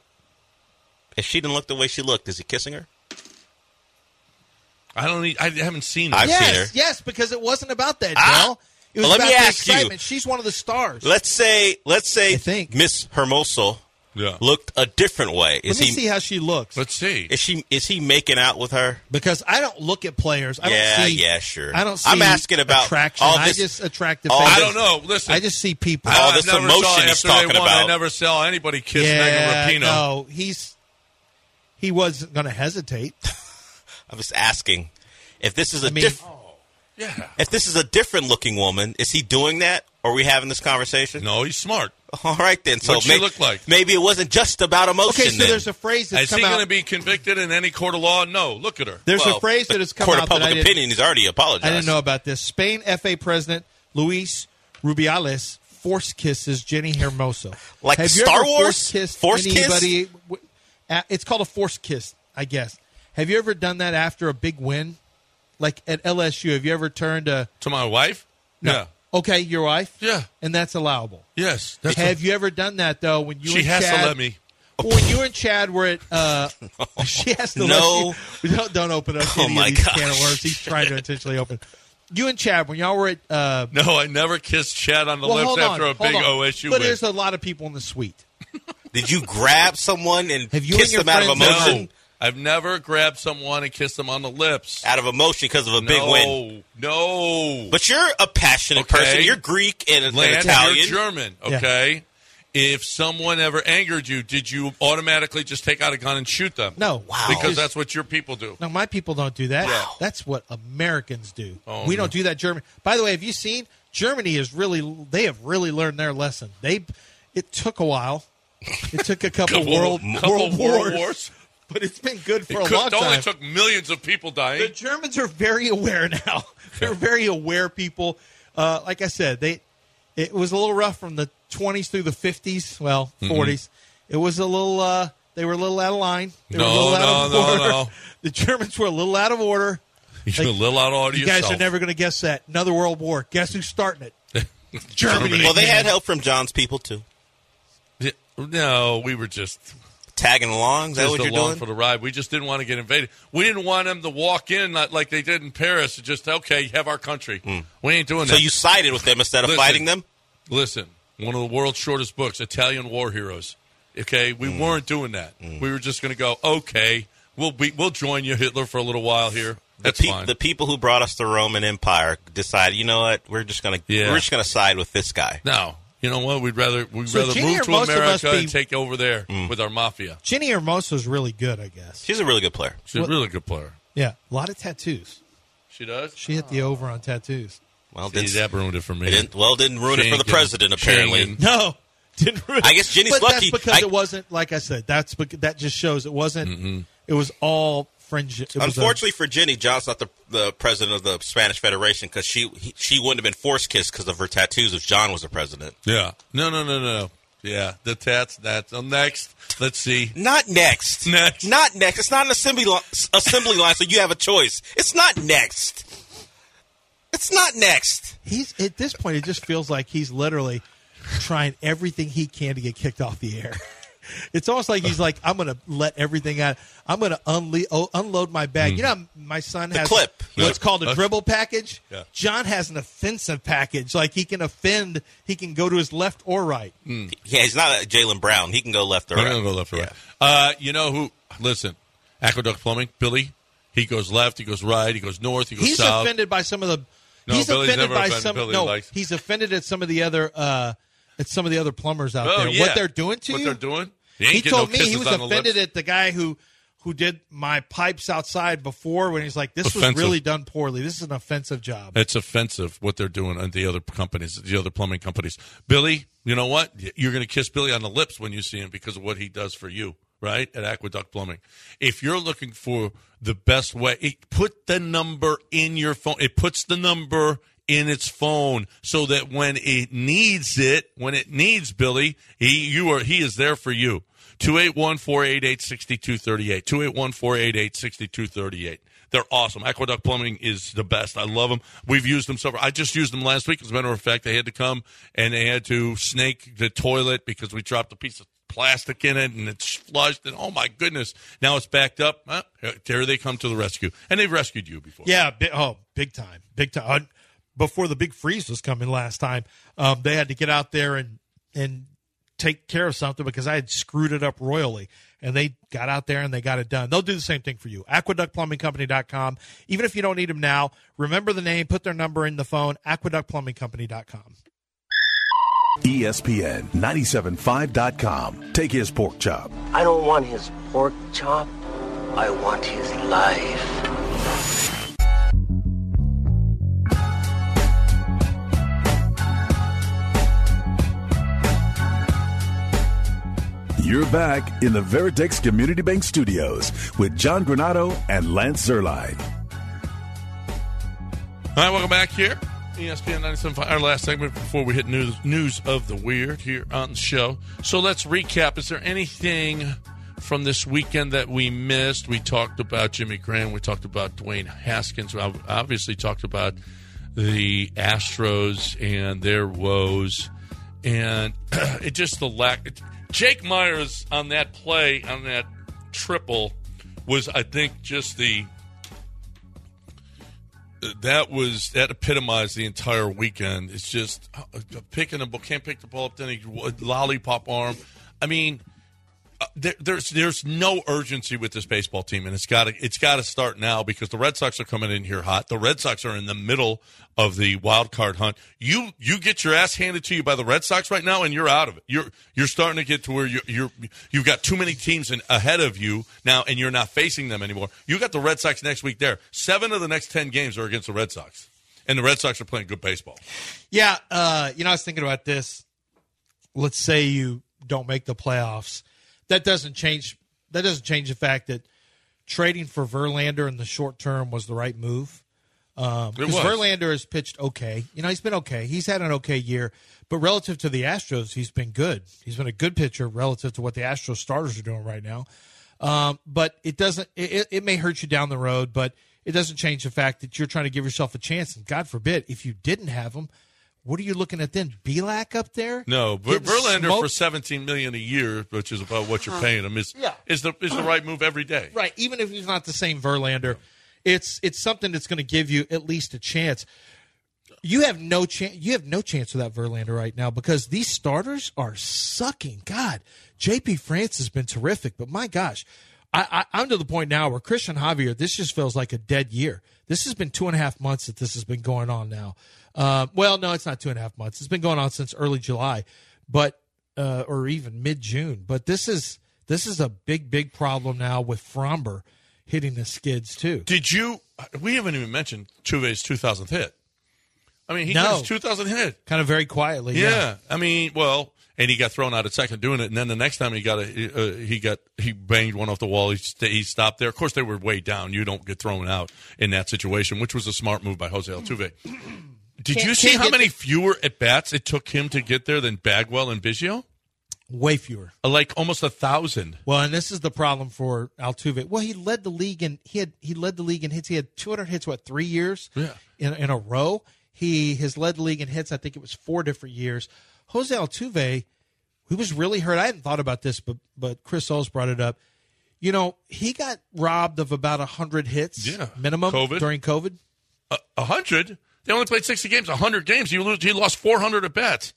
Speaker 4: If she didn't look the way she looked, is he kissing her?
Speaker 3: I don't. Need, I haven't seen.
Speaker 4: I've
Speaker 3: it.
Speaker 4: seen
Speaker 2: Yes, yes, because it wasn't about that,
Speaker 4: Ah.
Speaker 2: Dell. It was
Speaker 4: Well, let
Speaker 2: about
Speaker 4: me
Speaker 2: the
Speaker 4: ask you.
Speaker 2: excitement. She's one of the stars.
Speaker 4: Let's say, let's say,
Speaker 2: I think.
Speaker 4: Miss Hermoso
Speaker 3: Yeah.
Speaker 4: looked a different way. Is
Speaker 2: Let me
Speaker 4: he?
Speaker 2: see how she looks.
Speaker 3: Let's see.
Speaker 4: Is she? Is he making out with her?
Speaker 2: Because I don't look at players. I
Speaker 4: yeah,
Speaker 2: don't see,
Speaker 4: yeah, sure.
Speaker 2: I don't see
Speaker 4: I'm asking about
Speaker 2: attraction.
Speaker 4: all
Speaker 2: I
Speaker 4: this-
Speaker 2: just attractive
Speaker 4: all
Speaker 2: things.
Speaker 3: I don't know. Listen,
Speaker 2: I just see people.
Speaker 4: all
Speaker 3: I
Speaker 4: this
Speaker 3: never
Speaker 4: emotion
Speaker 3: saw
Speaker 4: he's
Speaker 3: after
Speaker 4: talking
Speaker 3: they won, I
Speaker 4: about.
Speaker 3: never saw anybody kiss
Speaker 2: yeah,
Speaker 3: Megan Rapinoe.
Speaker 2: no, he's he wasn't going to hesitate.
Speaker 4: I'm just asking if this is a
Speaker 2: I mean,
Speaker 4: diff-
Speaker 3: Oh,
Speaker 4: if this is a different looking woman. Is he doing that? Are we having this conversation?
Speaker 3: No, he's smart.
Speaker 2: Oh,
Speaker 4: All right then. So
Speaker 3: What'd she
Speaker 4: may-
Speaker 3: look like?
Speaker 4: Maybe it wasn't just about emotion.
Speaker 2: okay, so
Speaker 4: then.
Speaker 2: there's a phrase that's
Speaker 3: Is
Speaker 2: come
Speaker 3: he going to
Speaker 2: out.
Speaker 3: be convicted in any court of law? No. Look at her.
Speaker 2: there's
Speaker 4: Well,
Speaker 2: a phrase
Speaker 4: the
Speaker 2: that has come
Speaker 4: court
Speaker 2: out
Speaker 4: of
Speaker 2: that
Speaker 4: public
Speaker 2: I didn't,
Speaker 4: opinion. He's already apologized.
Speaker 2: I didn't know about this. Spain FA president Luis Rubiales force kisses Jenny Hermoso.
Speaker 4: Like
Speaker 2: Have you
Speaker 4: Star
Speaker 2: ever
Speaker 4: Wars?
Speaker 2: force kissed
Speaker 4: Force kiss?
Speaker 2: anybody? w- uh, It's called a force kiss, I guess. Have you ever done that after a big win, like at LSU? Have you ever turned a
Speaker 3: To my wife?
Speaker 2: no,
Speaker 3: Yeah.
Speaker 2: okay your wife?
Speaker 3: Yeah.
Speaker 2: and that's allowable.
Speaker 3: Yes. That's
Speaker 2: Have you ever done that though? When you
Speaker 3: She
Speaker 2: and
Speaker 3: has to
Speaker 2: Chad,
Speaker 3: let me.
Speaker 2: Well, When you and Chad were at, uh, she has to
Speaker 4: No.
Speaker 2: let you. Don't, don't open up
Speaker 4: Oh,
Speaker 2: any
Speaker 4: my
Speaker 2: of these can of
Speaker 4: gosh.
Speaker 2: worms. He's trying to intentionally open. You and Chad, when y'all were at, uh,
Speaker 3: No, I never kissed Chad on the
Speaker 2: well, hold
Speaker 3: lips
Speaker 2: on,
Speaker 3: after a
Speaker 2: hold
Speaker 3: big
Speaker 2: on.
Speaker 3: OSU
Speaker 2: But
Speaker 3: win.
Speaker 2: there's a lot of people in the suite.
Speaker 4: Did you grab someone and
Speaker 2: Have you
Speaker 4: kiss
Speaker 2: and your
Speaker 4: them out of
Speaker 2: friends- No.
Speaker 4: emotion?
Speaker 3: no, I've never grabbed someone and kissed them on the lips.
Speaker 4: Out of emotion because of a big
Speaker 3: no,
Speaker 4: win.
Speaker 3: No.
Speaker 4: But you're a passionate
Speaker 3: Okay.
Speaker 4: person. You're Greek and, and
Speaker 3: Land,
Speaker 4: Italian.
Speaker 3: you're German,
Speaker 2: Yeah.
Speaker 3: okay? If someone ever angered you, did you automatically just take out a gun and shoot them?
Speaker 2: No, wow.
Speaker 3: Because that's what your people do.
Speaker 2: No, my people don't do that.
Speaker 3: Yeah.
Speaker 2: That's what Americans do.
Speaker 3: Oh,
Speaker 2: we
Speaker 3: no.
Speaker 2: don't do that. German. By the way, have you seen Germany is really? They have really learned their lesson. They. It took a while. It took a couple,
Speaker 3: Couple-
Speaker 2: world
Speaker 3: couple
Speaker 2: world
Speaker 3: world
Speaker 2: wars,
Speaker 3: wars.
Speaker 2: but it's been good for
Speaker 3: It
Speaker 2: a
Speaker 3: could,
Speaker 2: long time.
Speaker 3: only took millions of people dying.
Speaker 2: The Germans are very aware now. They're very aware people. Uh, like I said, they it was a little rough from the 20s through the 50s. Well,
Speaker 3: Mm-hmm.
Speaker 2: 40s. It was a little. Uh, they were a little out of line. They were a
Speaker 3: No,
Speaker 2: little out
Speaker 3: no,
Speaker 2: of
Speaker 3: no,
Speaker 2: order.
Speaker 3: no.
Speaker 2: The Germans were a little out of order.
Speaker 3: You're a little out of order
Speaker 2: You
Speaker 3: yourself.
Speaker 2: guys are never going to guess that. Another World War. Guess who's starting it? Germany.
Speaker 4: well, they
Speaker 2: again.
Speaker 4: had help from John's people too.
Speaker 3: Yeah, No, we were just,
Speaker 4: Tagging along. Is that
Speaker 3: just
Speaker 4: what you're
Speaker 3: along
Speaker 4: doing?
Speaker 3: for the ride. We just didn't want to get invaded. We didn't want them to walk in like, like they did in Paris. and Just okay, have our country. We ain't doing
Speaker 4: Hmm. so
Speaker 3: that.
Speaker 4: you sided with them instead of
Speaker 3: Listen.
Speaker 4: fighting them.
Speaker 3: Listen, one of the world's shortest books, Italian War Heroes. Okay, we
Speaker 4: Hmm.
Speaker 3: weren't doing that. We were just going to go. Okay, we'll be, we'll join you, Hitler, for a little while here. That's
Speaker 4: the, pe-
Speaker 3: fine.
Speaker 4: the people who brought us the Roman Empire decided, you know what? We're just gonna
Speaker 3: Yeah.
Speaker 4: we're just gonna side with this guy.
Speaker 3: no, you know what? We'd rather we'd
Speaker 2: So
Speaker 3: rather
Speaker 2: Junior
Speaker 3: move
Speaker 2: Mosa
Speaker 3: to
Speaker 2: must
Speaker 3: America
Speaker 2: be-
Speaker 3: and take over there
Speaker 4: Hmm.
Speaker 3: with our mafia.
Speaker 2: Ginny Hermoso's really good, I guess.
Speaker 4: She's a really good player.
Speaker 3: She's a really good player.
Speaker 2: Yeah, a lot of tattoos.
Speaker 3: She does.
Speaker 2: She hit
Speaker 4: Oh.
Speaker 2: the over on tattoos.
Speaker 4: Well,
Speaker 3: See,
Speaker 4: didn't,
Speaker 3: that ruined it for me.
Speaker 4: it didn't well didn't ruin
Speaker 3: She
Speaker 4: it for
Speaker 3: ain't
Speaker 4: the
Speaker 3: getting-
Speaker 4: president.
Speaker 3: she ain't
Speaker 4: Apparently,
Speaker 3: getting-
Speaker 2: No, didn't. Really.
Speaker 4: I guess Ginny's
Speaker 2: but
Speaker 4: lucky.
Speaker 2: That's because
Speaker 4: I-
Speaker 2: it wasn't like I said. That's bec- that just shows it wasn't. It was all fringe. It was a-
Speaker 4: Mm-hmm. Unfortunately for Jenny, John's not the, the president of the Spanish Federation because she he, she wouldn't have been force kissed because of her tattoos if John was the president.
Speaker 3: Yeah. No, no, no, no. no. Yeah. The tats, that's um, next. Let's see.
Speaker 4: Not next.
Speaker 3: Next.
Speaker 4: Not next. It's not an assembly li- assembly line, so you have a choice. It's not next. It's not next.
Speaker 2: he's at this point. It just feels like he's literally trying everything he can to get kicked off the air. It's almost like he's like, I'm going to let everything out. I'm going to unle- oh, unload my bag. You know, how my son has
Speaker 4: Mm. clip.
Speaker 2: what's
Speaker 3: Yeah.
Speaker 2: called a
Speaker 3: That's-
Speaker 2: dribble package.
Speaker 3: Yeah.
Speaker 2: John has an offensive package. Like he can offend. He can go to his left or right.
Speaker 4: Yeah, he's not a Jalen Brown. He can go left or
Speaker 3: I'm
Speaker 4: right.
Speaker 3: going to go left or
Speaker 4: Yeah.
Speaker 3: right. Uh, you know who? Listen, Aqueduct Plumbing, Billy, he goes left, he goes right, he goes north, he goes
Speaker 2: he's
Speaker 3: south.
Speaker 2: offended by some of the.
Speaker 3: No,
Speaker 2: he's
Speaker 3: Billy's
Speaker 2: offended
Speaker 3: never
Speaker 2: by
Speaker 3: offended.
Speaker 2: some.
Speaker 3: Billy
Speaker 2: no,
Speaker 3: likes-
Speaker 2: he's offended at some of the other uh, at some of the other plumbers out
Speaker 3: Oh,
Speaker 2: there.
Speaker 3: yeah.
Speaker 2: What they're doing to
Speaker 3: What
Speaker 2: you?
Speaker 3: they're doing? You ain't
Speaker 2: He
Speaker 3: getting
Speaker 2: told
Speaker 3: no
Speaker 2: me he
Speaker 3: kisses
Speaker 2: was
Speaker 3: on the
Speaker 2: offended
Speaker 3: lips.
Speaker 2: at the guy who who did my pipes outside before when he's like, "This
Speaker 3: Offensive.
Speaker 2: was really done poorly. This is an offensive job."
Speaker 3: It's offensive what they're doing on the other companies, the other plumbing companies. Billy, you know what? You're going to kiss Billy on the lips when you see him because of what he does for you, right? At Aqueduct Plumbing. If you're looking for the best way, it, put the number in your phone. It puts the number in its phone so that when it needs it, when it needs Billy, he you are he is there for you. 281 488 6238. 281 488 6238. They're awesome. Aqueduct Plumbing is the best. I love them. We've used them several. I just used them last week. As a matter of fact, they had to come and they had to snake the toilet because we dropped a piece of plastic in it and it's flushed. And oh my goodness, now it's backed up. Huh? There they come to the rescue. And they've rescued you before.
Speaker 2: Yeah, bi- oh, big time, big time. Uh, Before the big freeze was coming last time, um, they had to get out there and and take care of something because I had screwed it up royally. And they got out there and they got it done. They'll do the same thing for you. AqueductPlumbingCompany.com. Even if you don't need them now, remember the name, put their number in the phone, AqueductPlumbingCompany.com.
Speaker 5: E ESPN975.com. Take his pork chop.
Speaker 9: I don't want his pork chop. I want his life.
Speaker 5: You're back in the Veritex Community Bank Studios with John Granado and Lance Zerline.
Speaker 3: All right, welcome back here. E ESPN 97.5, our last segment before we hit news, news of the weird here on the show. So let's recap. Is there anything from this weekend that we missed? We talked about Jimmy Graham. We talked about Dwayne Haskins. We ob- obviously talked about the Astros and their woes. And it just the lack. Jake Myers on that play, on that triple, was, I think, just the that was that epitomized the entire weekend. It's just uh, picking a ball, can't pick the ball up, then he lollipop arm. I mean, uh, there, there's there's no urgency with this baseball team, and it's got to it's got to start now because the Red Sox are coming in here hot. The Red Sox are in the middle of the wild card hunt. You you get your ass handed to you by the Red Sox right now, and you're out of it. You're you're starting to get to where you're, you're you've got too many teams in, ahead of you now, and you're not facing them anymore. You got the Red Sox next week. There, seven of the next ten games are against the Red Sox, and the Red Sox are playing good baseball.
Speaker 2: Yeah, uh, you know, I was thinking about this. Let's say you don't make the playoffs. That doesn't change. That doesn't change the fact that trading for Verlander in the short term was the right move. Um,
Speaker 3: It
Speaker 2: because
Speaker 3: was.
Speaker 2: Verlander has pitched okay. You know, he's been okay. He's had an okay year, but relative to the Astros, he's been good. He's been a good pitcher relative to what the Astros starters are doing right now. Um, but it doesn't. It, it- it may hurt you down the road, but it doesn't change the fact that you're trying to give yourself a chance. And God forbid if you didn't have him, what are you looking at then? Belak up there?
Speaker 3: No, Ver-
Speaker 2: Getting
Speaker 3: Verlander
Speaker 2: smoked?
Speaker 3: for seventeen million a year, which is about what you're paying him, is
Speaker 2: Yeah.
Speaker 3: is the is the right move every day.
Speaker 2: Right. Even if he's not the same Verlander, it's it's something that's going to give you at least a chance. You have no chance. You have no chance without Verlander right now because these starters are sucking. God, J.P. France has been terrific, but my gosh, I, I, I'm to the point now where Christian Javier. This just feels like a dead year. This has been two and a half months that this has been going on now. Uh, well, no, it's not two and a half months. It's been going on since early July, but uh, or even mid June. But this is this is a big, big problem now with Fromber hitting the skids too.
Speaker 3: Did you? We haven't even mentioned Tuve's 2000th hit. I mean, he
Speaker 2: No.
Speaker 3: got his 2000th hit.
Speaker 2: Kind of very quietly.
Speaker 3: Yeah. I mean, well, and he got thrown out at second doing it, and then the next time he got a, uh, he got he banged one off the wall. He st- he stopped there. Of course, they were way down. You don't get thrown out in that situation, which was a smart move by Jose Altuve. Did you see
Speaker 2: can't
Speaker 3: how
Speaker 2: get
Speaker 3: many fewer at bats it took him to get there than Bagwell and Biggio? Uh,
Speaker 2: Way fewer.
Speaker 3: Like almost a thousand.
Speaker 2: Well, and this is the problem for Altuve. Well, he led the league in he had he led the league in hits. He had 200 hits what three years
Speaker 3: Yeah.
Speaker 2: in in a row. He has led the league in hits. I think it was four different years. Jose Altuve, he was really hurt. I hadn't thought about this, but but Chris Oles brought it up. You know, he got robbed of about hundred hits
Speaker 3: Yeah.
Speaker 2: minimum
Speaker 3: COVID.
Speaker 2: during COVID.
Speaker 3: A hundred. They only played sixty games. A hundred games. He lose. He lost four hundred at bats.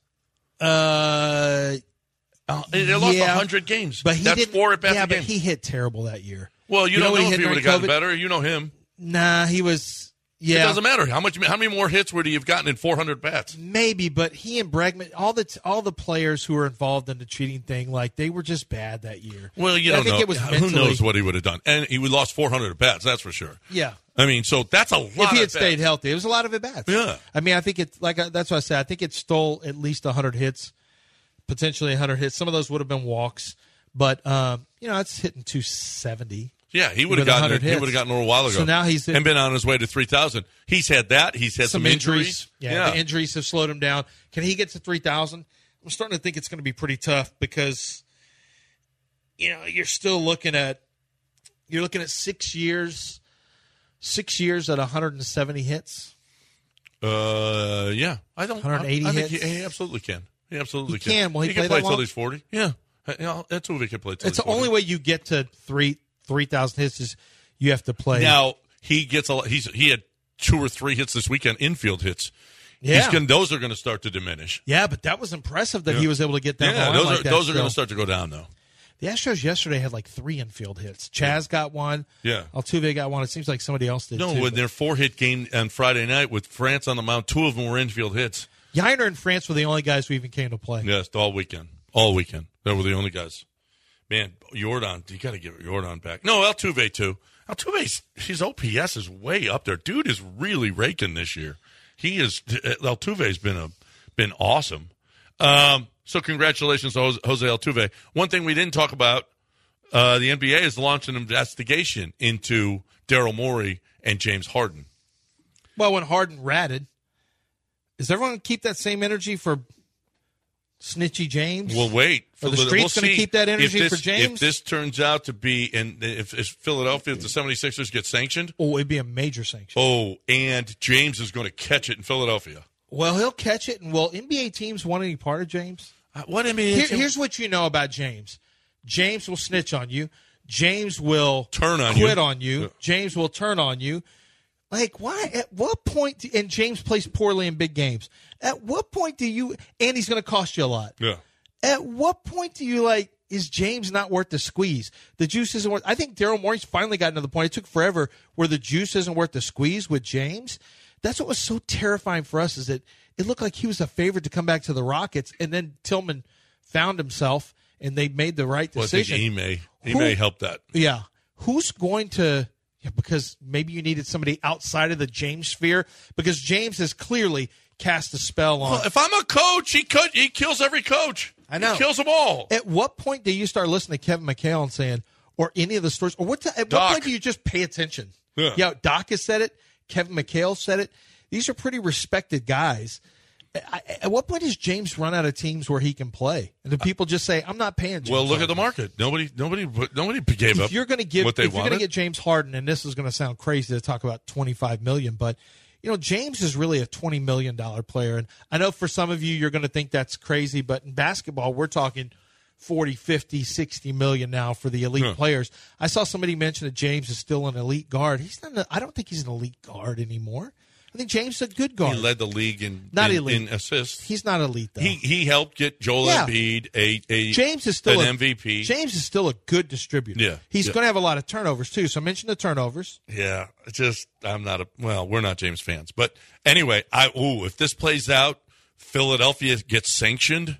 Speaker 2: Uh,
Speaker 3: Uh, They they lost a
Speaker 2: Yeah.
Speaker 3: hundred games.
Speaker 2: but he
Speaker 3: That's
Speaker 2: didn't.
Speaker 3: four at bats
Speaker 2: yeah,
Speaker 3: a
Speaker 2: but
Speaker 3: game.
Speaker 2: he hit terrible that year.
Speaker 3: well, you, don't
Speaker 2: what
Speaker 3: know if
Speaker 2: hit
Speaker 3: he would have
Speaker 2: during
Speaker 3: gotten
Speaker 2: COVID?
Speaker 3: better. You know him.
Speaker 2: Nah, he was. Yeah,
Speaker 3: It doesn't matter how much, how many more hits would he have gotten in 400 bats?
Speaker 2: Maybe, but he and Bregman, all the t- all the players who were involved in the cheating thing, like they were just bad that year.
Speaker 3: Well, you
Speaker 2: I
Speaker 3: don't
Speaker 2: think
Speaker 3: know.
Speaker 2: It was
Speaker 3: Who
Speaker 2: mentally-
Speaker 3: knows what he would have done? And he would lost 400 at bats. That's for sure.
Speaker 2: Yeah,
Speaker 3: I mean, so that's a lot.
Speaker 2: if he
Speaker 3: of
Speaker 2: had stayed
Speaker 3: bats.
Speaker 2: healthy, it was a lot of at bats.
Speaker 3: Yeah.
Speaker 2: I mean, I think it's like I- that's what I said. I think it stole at least hundred hits, potentially hundred hits. Some of those would have been walks, but um, you know, it's hitting two seventy.
Speaker 3: yeah, he would have
Speaker 2: with
Speaker 3: gotten.
Speaker 2: 100
Speaker 3: He
Speaker 2: hits.
Speaker 3: would have gotten a little while ago.
Speaker 2: So now he's-
Speaker 3: and been on his way to 3,000. He's had that. He's had some,
Speaker 2: Yeah, the injuries have slowed him down. Can he get to three thousand? I'm starting to think it's going to be pretty tough because, you know, you're still looking at you're looking at six years, six years at 170 hits.
Speaker 3: Uh, yeah. I don't.
Speaker 2: 180
Speaker 3: I, I think
Speaker 2: hits?
Speaker 3: he, he absolutely can. He
Speaker 2: He
Speaker 3: absolutely
Speaker 2: can. Will he
Speaker 3: can
Speaker 2: play that
Speaker 3: till
Speaker 2: long?
Speaker 3: he's 40. Yeah. Uh, You know, that's what he can play till
Speaker 2: It's the
Speaker 3: he's 40.
Speaker 2: only way you get to three three thousand hits is you have to play.
Speaker 3: Now he gets a lot. He's he had two or three hits this weekend, infield hits. He's
Speaker 2: Yeah.
Speaker 3: gonna, those are going to start to diminish.
Speaker 2: Yeah, but that was impressive that he was able to get that.
Speaker 3: Yeah,
Speaker 2: line
Speaker 3: those
Speaker 2: oh, like
Speaker 3: are
Speaker 2: that
Speaker 3: those are going
Speaker 2: still.
Speaker 3: to start to go down though.
Speaker 2: The Astros yesterday had like three infield hits. Chaz got one.
Speaker 3: Yeah.
Speaker 2: Altuve got one. It seems like somebody else did.
Speaker 3: No,
Speaker 2: too,
Speaker 3: when
Speaker 2: but-
Speaker 3: their four hit game on Friday night with France on the mound, two of them were infield hits.
Speaker 2: Yiner and France were the only guys who even came to play.
Speaker 3: Yes, all weekend, all weekend. They were the only guys. Man, Jordan, you got to give Jordan back. No, Altuve too. Altuve's his OPS is way up there. Dude is really raking this year. He is. Altuve's been a been awesome. Um, so congratulations to Jose- Jose Altuve. One thing we didn't talk about uh, the NBA is launching an investigation into Daryl Morey and James Harden.
Speaker 2: Well, when Harden ratted, is everyone gonna keep that same energy for Snitchy James?
Speaker 3: We'll wait.
Speaker 2: Are the
Speaker 3: We'll
Speaker 2: streets gonna
Speaker 3: see
Speaker 2: keep that energy
Speaker 3: if this-
Speaker 2: for James?
Speaker 3: If this turns out to be, and if, if Philadelphia, if the 76ers get sanctioned,
Speaker 2: oh, it'd be a major sanction.
Speaker 3: oh, and James is going to catch it in Philadelphia.
Speaker 2: Well, he'll catch it, and will NBA teams want any part of James?
Speaker 3: Uh, What I mean,
Speaker 2: Here, here's what you know about James. James will snitch on you. James will
Speaker 3: Turn on
Speaker 2: quit
Speaker 3: you.
Speaker 2: on you.
Speaker 3: Yeah.
Speaker 2: James will turn on you. Like why? At what point? do- and James plays poorly in big games. At what point do you? And he's going to cost you a lot.
Speaker 3: yeah.
Speaker 2: At what point do you like? Is James not worth the squeeze? The juice isn't worth. I think Daryl Morey's finally gotten to the point. It took forever where the juice isn't worth the squeeze with James. That's what was so terrifying for us is that it looked like he was a favorite to come back to the Rockets, and then Tillman found himself, and they made the right
Speaker 3: Well, I think
Speaker 2: decision.
Speaker 3: Ime, Ime
Speaker 2: Who-
Speaker 3: helped that.
Speaker 2: Yeah. Who's going to yeah, because maybe you needed somebody outside of the James sphere because James has clearly cast a spell on.
Speaker 3: Well, if I'm a coach, he could, he kills every coach.
Speaker 2: I know.
Speaker 3: He kills them all.
Speaker 2: at what point do you start listening to Kevin McHale and saying or any of the stories or what t- at what
Speaker 3: Doc.
Speaker 2: point do you just pay attention?
Speaker 3: Yeah.
Speaker 2: Doc has said it, Kevin McHale said it. These are pretty respected guys. I, I- at what point does James run out of teams where he can play? And do people just say, "I'm not paying"? James
Speaker 3: well, look
Speaker 2: Harden?"
Speaker 3: at the market. Nobody, nobody, nobody gave up.
Speaker 2: if you're going to give
Speaker 3: what
Speaker 2: if
Speaker 3: they
Speaker 2: you're going to
Speaker 3: wanted.
Speaker 2: get James Harden, and this is going to sound crazy to talk about 25 million, but you know James is really a 20 million dollar player, and I know for some of you you're going to think that's crazy, but in basketball we're talking 40, 50, 60 million now for the elite
Speaker 3: Yeah.
Speaker 2: players. I saw somebody mention that James is still an elite guard. He's not. An, I don't think he's an elite guard anymore. I think James is a good guard.
Speaker 3: he led the league in
Speaker 2: Not
Speaker 3: in,
Speaker 2: elite.
Speaker 3: in assists.
Speaker 2: he's not elite though.
Speaker 3: He he helped get Joel
Speaker 2: Yeah.
Speaker 3: Embiid a, a
Speaker 2: James is still
Speaker 3: an
Speaker 2: a,
Speaker 3: MVP.
Speaker 2: James is still a good distributor.
Speaker 3: Yeah.
Speaker 2: he's
Speaker 3: Yeah.
Speaker 2: going to have a lot of turnovers too. So mention the turnovers.
Speaker 3: Yeah, it's just I'm not a well, we're not James fans, but anyway, I ooh, if this plays out, Philadelphia gets sanctioned,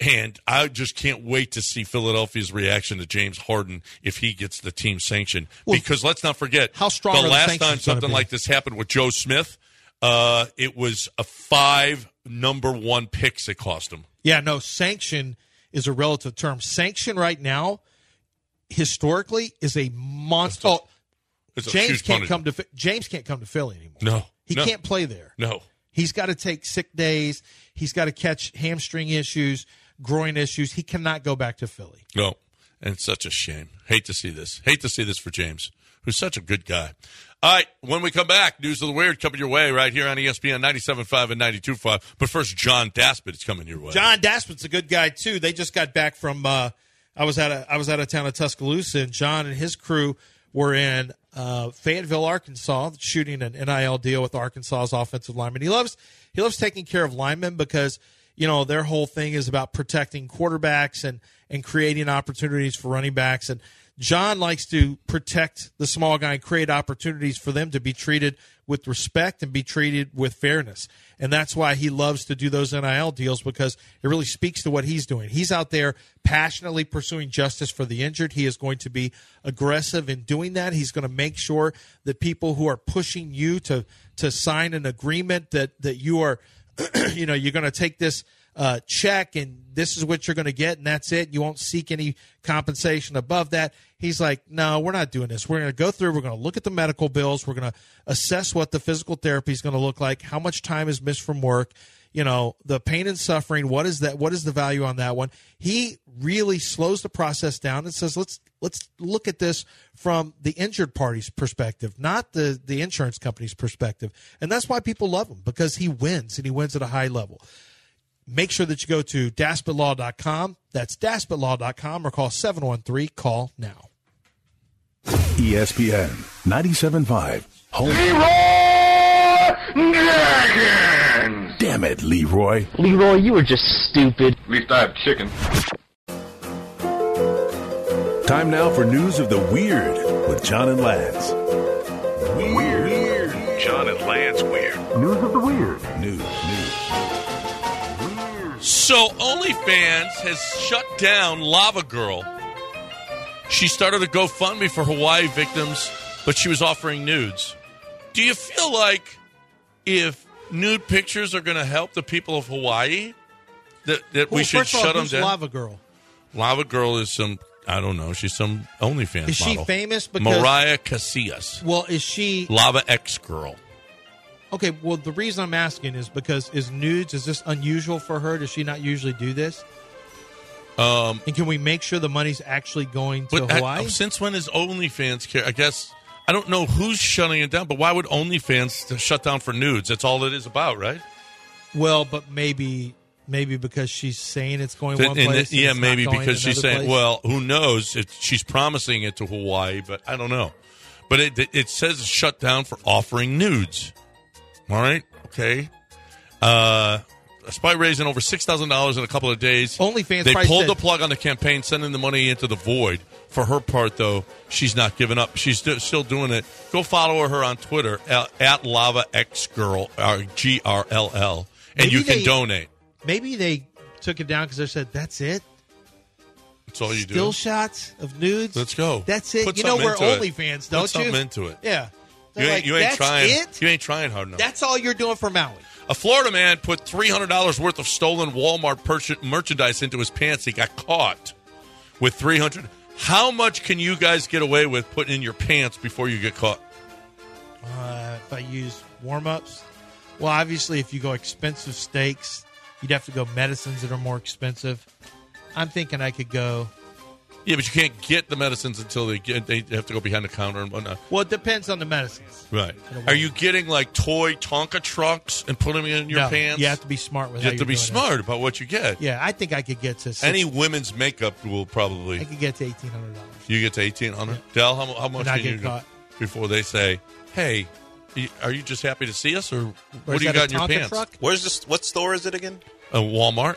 Speaker 3: and I just can't wait to see Philadelphia's reaction to James Harden if he gets the team sanctioned.
Speaker 2: Well,
Speaker 3: because let's not forget
Speaker 2: how strong are
Speaker 3: the
Speaker 2: the
Speaker 3: last
Speaker 2: sanctions
Speaker 3: time
Speaker 2: gonna
Speaker 3: something
Speaker 2: be?
Speaker 3: like this happened with Joe Smith, uh, it was a five number one picks it cost him.
Speaker 2: Yeah, no, sanction is a relative term. Sanction right now, historically, is a monster. Oh,
Speaker 3: It's a
Speaker 2: James
Speaker 3: huge
Speaker 2: can't
Speaker 3: punishment.
Speaker 2: come to Phi- James can't come to Philly anymore.
Speaker 3: No,
Speaker 2: he
Speaker 3: no.
Speaker 2: can't play there.
Speaker 3: No,
Speaker 2: He's got to take sick days. He's got to catch hamstring issues, groin issues. He cannot go back to Philly.
Speaker 3: No. And it's such a shame. Hate to see this. Hate to see this for James, who's such a good guy. All right, when we come back, News of the Weird coming your way right here on E ESPN 97.5 and 92.5. But first, John Daspit is coming your way.
Speaker 2: John Daspit's a good guy too. They just got back from uh, I was out of I was out of town at Tuscaloosa, and John and his crew were in uh, Fayetteville, Arkansas, shooting an NIL deal with Arkansas's offensive lineman. He loves he loves taking care of linemen because you know their whole thing is about protecting quarterbacks and and creating opportunities for running backs and. John likes to protect the small guy and create opportunities for them to be treated with respect and be treated with fairness. And that's why he loves to do those NIL deals because it really speaks to what he's doing. He's out there passionately pursuing justice for the injured. He is going to be aggressive in doing that. He's going to make sure that people who are pushing you to to sign an agreement that that you are you know, you're going to take this uh, check and this is what you're going to get and that's it. You won't seek any compensation above that. He's like, no, we're not doing this. We're going to go through, we're going to look at the medical bills, we're going to assess what the physical therapy is going to look like, how much time is missed from work, you know, the pain and suffering, what is that what is the value on that one? He really slows the process down and says, let's let's look at this from the injured party's perspective, not the the insurance company's perspective. And that's why people love him because he wins and he wins at a high level. Make sure that you go to daspitlaw.com. That's daspitlaw.com or call 713 call now.
Speaker 5: E ESPN 97.5. Home.
Speaker 8: Leroy Dragons!
Speaker 5: Damn it, Leroy.
Speaker 10: Leroy, you were just stupid.
Speaker 8: At least I have chicken.
Speaker 5: Time now for news of the weird with John and Lance. Weird. John and Lance Weird. News of the weird. News. News.
Speaker 3: So OnlyFans has shut down Lava Girl. She started a GoFundMe for Hawaii victims, but she was offering nudes. Do you feel like if nude pictures are going to help the people of Hawaii, that, that we
Speaker 2: Well,
Speaker 3: should
Speaker 2: first of all,
Speaker 3: shut them
Speaker 2: who's
Speaker 3: down? Lava-,
Speaker 2: Lava girl.
Speaker 3: Girl is some I don't know. She's some OnlyFans.
Speaker 2: Is she
Speaker 3: model.
Speaker 2: famous because-
Speaker 3: Mariah Casillas,
Speaker 2: Well, is she
Speaker 3: Lava X Girl.
Speaker 2: okay? Well, the reason I'm asking is because is nudes is this unusual for her? Does she not usually do this?
Speaker 3: Um,
Speaker 2: And can we make sure the money's actually going to
Speaker 3: But I-
Speaker 2: Hawaii?
Speaker 3: since when is OnlyFans care? I guess I don't know who's shutting it down, but why would OnlyFans to shut down for nudes? That's all it is about, right?
Speaker 2: well, but maybe maybe because she's saying it's going
Speaker 3: That-
Speaker 2: one
Speaker 3: and
Speaker 2: place.
Speaker 3: that- yeah,
Speaker 2: and it's not
Speaker 3: maybe
Speaker 2: going
Speaker 3: because she's
Speaker 2: another
Speaker 3: saying,
Speaker 2: place.
Speaker 3: well, who knows? It, she's promising it to Hawaii, but I don't know. But it, it, it says it's shut down for offering nudes. All right, okay. Uh, despite raising over six thousand dollars in a couple of days,
Speaker 2: OnlyFans
Speaker 3: they
Speaker 2: probably
Speaker 3: pulled
Speaker 2: said-
Speaker 3: the plug on the campaign, sending the money into the void. For her part, though, she's not giving up. She's st- still doing it. Go follow her on Twitter at, at Lava X Girl uh, G R L L, and
Speaker 2: Maybe
Speaker 3: you can
Speaker 2: they-
Speaker 3: donate.
Speaker 2: maybe they took it down because they said that's it.
Speaker 3: That's all you do.
Speaker 2: Still shots of nudes.
Speaker 3: Let's go.
Speaker 2: That's it.
Speaker 3: Put
Speaker 2: you know
Speaker 3: something
Speaker 2: we're
Speaker 3: into it.
Speaker 2: OnlyFans,
Speaker 3: Put
Speaker 2: don't you?
Speaker 3: something into it.
Speaker 2: Yeah.
Speaker 3: You
Speaker 2: They're
Speaker 3: ain't,
Speaker 2: like,
Speaker 3: you ain't
Speaker 2: that's
Speaker 3: trying.
Speaker 2: It?
Speaker 3: You ain't trying hard enough.
Speaker 2: That's all you're doing for Maui.
Speaker 3: a Florida man put three hundred dollars worth of stolen Walmart per- merchandise into his pants. He got caught with three hundred. How much can you guys get away with putting in your pants before you get caught?
Speaker 2: Uh, if I use warm ups, well, obviously, if you go expensive steaks, you'd have to go medicines that are more expensive. I'm thinking I could go.
Speaker 3: Yeah, but you can't get the medicines until they get. They have to go behind the counter and whatnot.
Speaker 2: Well, it depends on the medicines.
Speaker 3: Right? Are you getting like toy Tonka trucks and putting them in your
Speaker 2: No,
Speaker 3: pants?
Speaker 2: You have to be smart with.
Speaker 3: You
Speaker 2: how
Speaker 3: have to
Speaker 2: you're
Speaker 3: be
Speaker 2: doing it.
Speaker 3: smart about what you get.
Speaker 2: Yeah, I think I could get to six,
Speaker 3: Any women's makeup will probably.
Speaker 2: I could get to eighteen hundred dollars.
Speaker 3: You get to eighteen hundred. Dell, how, mu- how much
Speaker 2: not
Speaker 3: can you
Speaker 2: get
Speaker 3: go
Speaker 2: caught.
Speaker 3: before they say, "Hey, y- are you just happy to see us, or what
Speaker 2: is
Speaker 3: do you got
Speaker 2: that
Speaker 3: in
Speaker 2: a
Speaker 3: your
Speaker 2: Tonka
Speaker 3: pants?"
Speaker 2: truck?
Speaker 4: Where's this? What store is it again?
Speaker 3: A Walmart.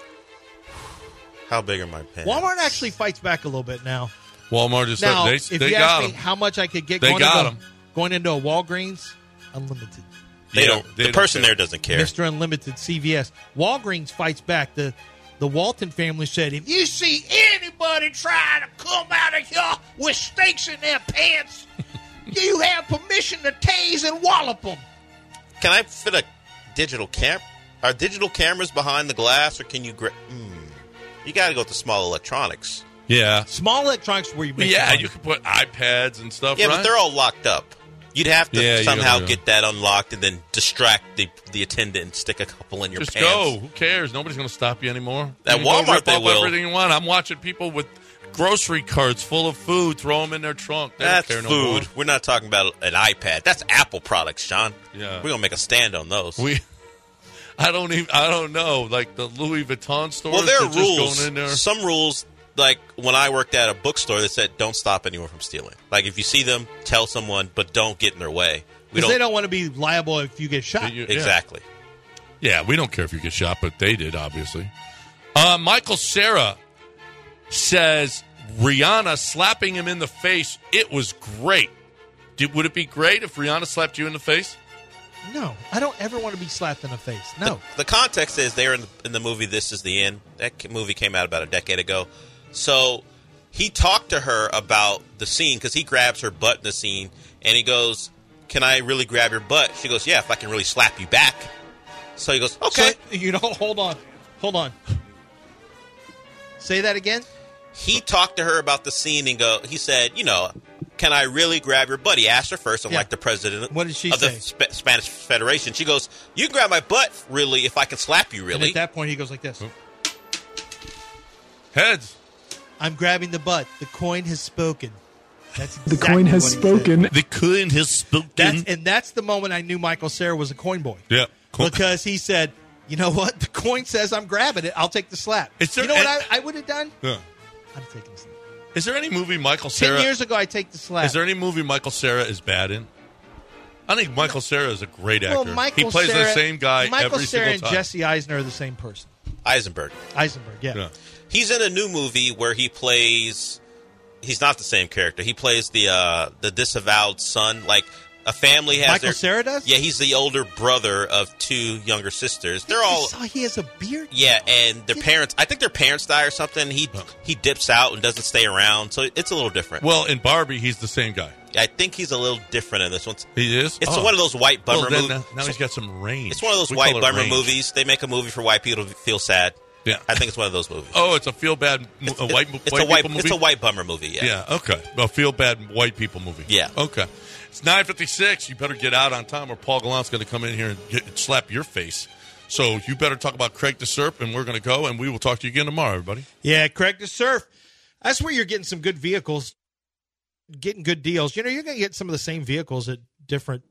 Speaker 4: How big are my pants?
Speaker 2: Walmart actually fights back a little bit now.
Speaker 3: Walmart is
Speaker 2: Now,
Speaker 3: they,
Speaker 2: if
Speaker 3: they
Speaker 2: you ask
Speaker 3: got
Speaker 2: me
Speaker 3: them.
Speaker 2: how much I could get,
Speaker 3: They
Speaker 2: going
Speaker 3: got
Speaker 2: into,
Speaker 3: 'em.
Speaker 2: Going into a Walgreens, unlimited.
Speaker 4: They
Speaker 3: Yeah,
Speaker 4: don't.
Speaker 3: they
Speaker 4: the
Speaker 3: don't
Speaker 4: person
Speaker 3: care.
Speaker 4: there doesn't care.
Speaker 2: Mr. Unlimited CVS. Walgreens fights back. The the Walton family said, if you see anybody trying to come out of here with stakes in their pants, you have permission to tase and wallop them.
Speaker 4: Can I fit a digital cam? Are digital cameras behind the glass, or can you? Gra- mm. You got to go with the small electronics.
Speaker 3: Yeah,
Speaker 2: Small electronics where you make
Speaker 3: yeah.
Speaker 2: money.
Speaker 3: You can put iPads and stuff.
Speaker 4: Yeah,
Speaker 3: right?
Speaker 4: but they're all locked up. You'd have to
Speaker 3: Yeah, you
Speaker 4: somehow
Speaker 3: gotta go.
Speaker 4: get that unlocked and then distract the the attendant and stick a couple in your
Speaker 3: just
Speaker 4: pants.
Speaker 3: go. Who cares? Nobody's going to stop you anymore.
Speaker 4: At
Speaker 3: You can go
Speaker 4: Walmart
Speaker 3: rip
Speaker 4: they
Speaker 3: off
Speaker 4: will.
Speaker 3: everything you want. I'm watching people with grocery carts full of food, throw them in their trunk. They
Speaker 4: That's
Speaker 3: don't
Speaker 4: food.
Speaker 3: care no more.
Speaker 4: We're not talking about an iPad. That's Apple products, Sean.
Speaker 3: Yeah.
Speaker 4: We're gonna make a stand on those.
Speaker 3: We, I don't even. I don't know. Like the Louis Vuitton stores.
Speaker 4: well, there
Speaker 3: they're
Speaker 4: are rules.
Speaker 3: Just going in there.
Speaker 4: Some rules, like when I worked at a bookstore, that said don't stop anyone from stealing. Like if you see them, tell someone, but don't get in their way. We
Speaker 2: Because they don't want to be liable if you get shot.
Speaker 3: You- yeah.
Speaker 4: exactly.
Speaker 3: Yeah, we don't care if you get shot, but they did, obviously. Uh, Michael Sarah says Rihanna slapping him in the face. It was great. Did, would it be great if Rihanna slapped you in the face?
Speaker 2: No, I don't ever want to be slapped in the face. No.
Speaker 4: The context is they're in the, in the movie This Is the End. That ca- movie came out about a decade ago. So he talked to her about the scene because he grabs her butt in the scene and he goes, Can I really grab your butt? She goes, Yeah, if I can really slap you back. So he goes, Okay.
Speaker 2: So, you don't hold on. Hold on. Say that again.
Speaker 4: he talked to her about the scene and go. He said, "You know, can I really grab your butt?" He asked her first. I'm
Speaker 2: Yeah.
Speaker 4: like the president.
Speaker 2: What did she
Speaker 4: of
Speaker 2: say?
Speaker 4: the Sp- Spanish Federation? She goes, "You can grab my butt, really, if I can slap you,
Speaker 2: And
Speaker 4: really."
Speaker 2: at that point, he goes like this.
Speaker 3: Heads.
Speaker 2: I'm grabbing the butt. The coin has spoken. That's
Speaker 10: The
Speaker 2: exactly
Speaker 10: coin has
Speaker 2: what he
Speaker 10: spoken.
Speaker 3: The coin has spoken.
Speaker 2: said. That's, and that's the moment I knew Michael Sarah was a coin boy.
Speaker 3: yeah. Cool.
Speaker 2: Because he said, you know what? The coin says I'm grabbing it. I'll take the slap.
Speaker 3: Is there
Speaker 2: you know what
Speaker 3: a-
Speaker 2: I, I would have done?
Speaker 3: Yeah.
Speaker 2: I'm taking the slap.
Speaker 3: Is there any movie Michael
Speaker 2: Ten
Speaker 3: Sarah?
Speaker 2: years ago, I take the slap.
Speaker 3: Is there any movie Michael Sarah is bad in? I think Michael Sarah is a great actor.
Speaker 2: Well, Michael
Speaker 3: he plays the
Speaker 2: Cera-
Speaker 3: same guy
Speaker 2: Michael
Speaker 3: every
Speaker 2: Cera
Speaker 3: single
Speaker 2: and
Speaker 3: time.
Speaker 2: Jesse Eisner are the same person.
Speaker 4: Eisenberg.
Speaker 2: Eisenberg, yeah.
Speaker 3: Yeah.
Speaker 4: He's in a new movie where he plays. He's not the same character. He plays the uh, the disavowed son. Like a family has.
Speaker 2: Michael
Speaker 4: their,
Speaker 2: Cera does?
Speaker 4: Yeah, he's the older brother of two younger sisters. They're
Speaker 2: I
Speaker 4: all.
Speaker 2: saw he has a beard.
Speaker 4: Yeah, and their parents. I think their parents die or something. He he dips out and doesn't stay around, so it's a little different.
Speaker 3: Well, in Barbie, he's the same guy.
Speaker 4: I think he's a little different in this one.
Speaker 3: He is.
Speaker 4: It's
Speaker 3: Oh.
Speaker 4: one of those white
Speaker 3: Well,
Speaker 4: bummer
Speaker 3: then,
Speaker 4: movies.
Speaker 3: uh, Now he's got some range.
Speaker 4: It's one of those
Speaker 3: We
Speaker 4: white
Speaker 3: call it
Speaker 4: bummer
Speaker 3: range.
Speaker 4: movies. They make a movie for white people to feel sad.
Speaker 3: Yeah.
Speaker 4: I think it's one of those movies.
Speaker 3: Oh, it's a feel bad mo- a white
Speaker 4: it's
Speaker 3: white
Speaker 4: a white
Speaker 3: people movie.
Speaker 4: it's a white bummer movie. Yeah.
Speaker 3: Yeah. Okay. A feel bad white people movie.
Speaker 4: Yeah.
Speaker 3: Okay. It's nine fifty six. You better get out on time, or Paul Gallant's going to come in here and get, slap your face. So you better talk about Craig the Serp, and we're going to go, and we will talk to you again tomorrow, everybody.
Speaker 2: Yeah, Craig to surf. That's where you're getting some good vehicles, getting good deals. You know, you're going to get some of the same vehicles at different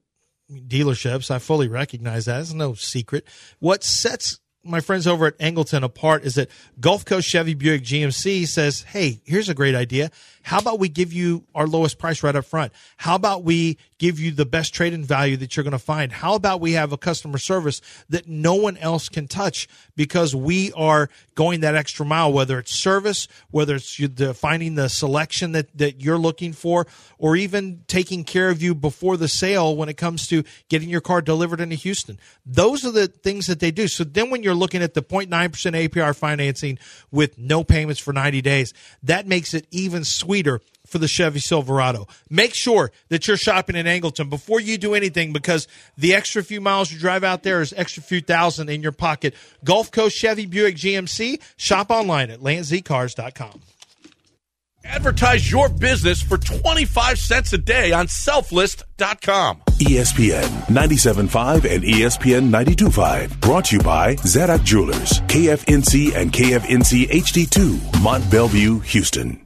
Speaker 2: dealerships. I fully recognize that. It's no secret. What sets my friends over at Angleton apart is that Gulf Coast Chevy Buick GMC says, Hey, here's a great idea. How about we give you our lowest price right up front? How about we give you the best trade in value that you're going to find? How about we have a customer service that no one else can touch because we are going that extra mile, whether it's service, whether it's you the, finding the selection that, that you're looking for, or even taking care of you before the sale when it comes to getting your car delivered into Houston. Those are the things that they do. So then when you're looking at the 0.9% APR financing with no payments for 90 days, that makes it even sweeter for the Chevy Silverado. Make sure that you're shopping in Angleton before you do anything because the extra few miles you drive out there is extra few thousand in your pocket. Gulf Coast Chevy Buick GMC, shop online at landzcars.com.
Speaker 6: Advertise your business for 25 cents a day on selflist.com.
Speaker 5: E ESPN 97.5 and E ESPN 92.5. Brought to you by Zadok Jewelers, KFNC and KFNC HD2, Mont Bellevue, Houston.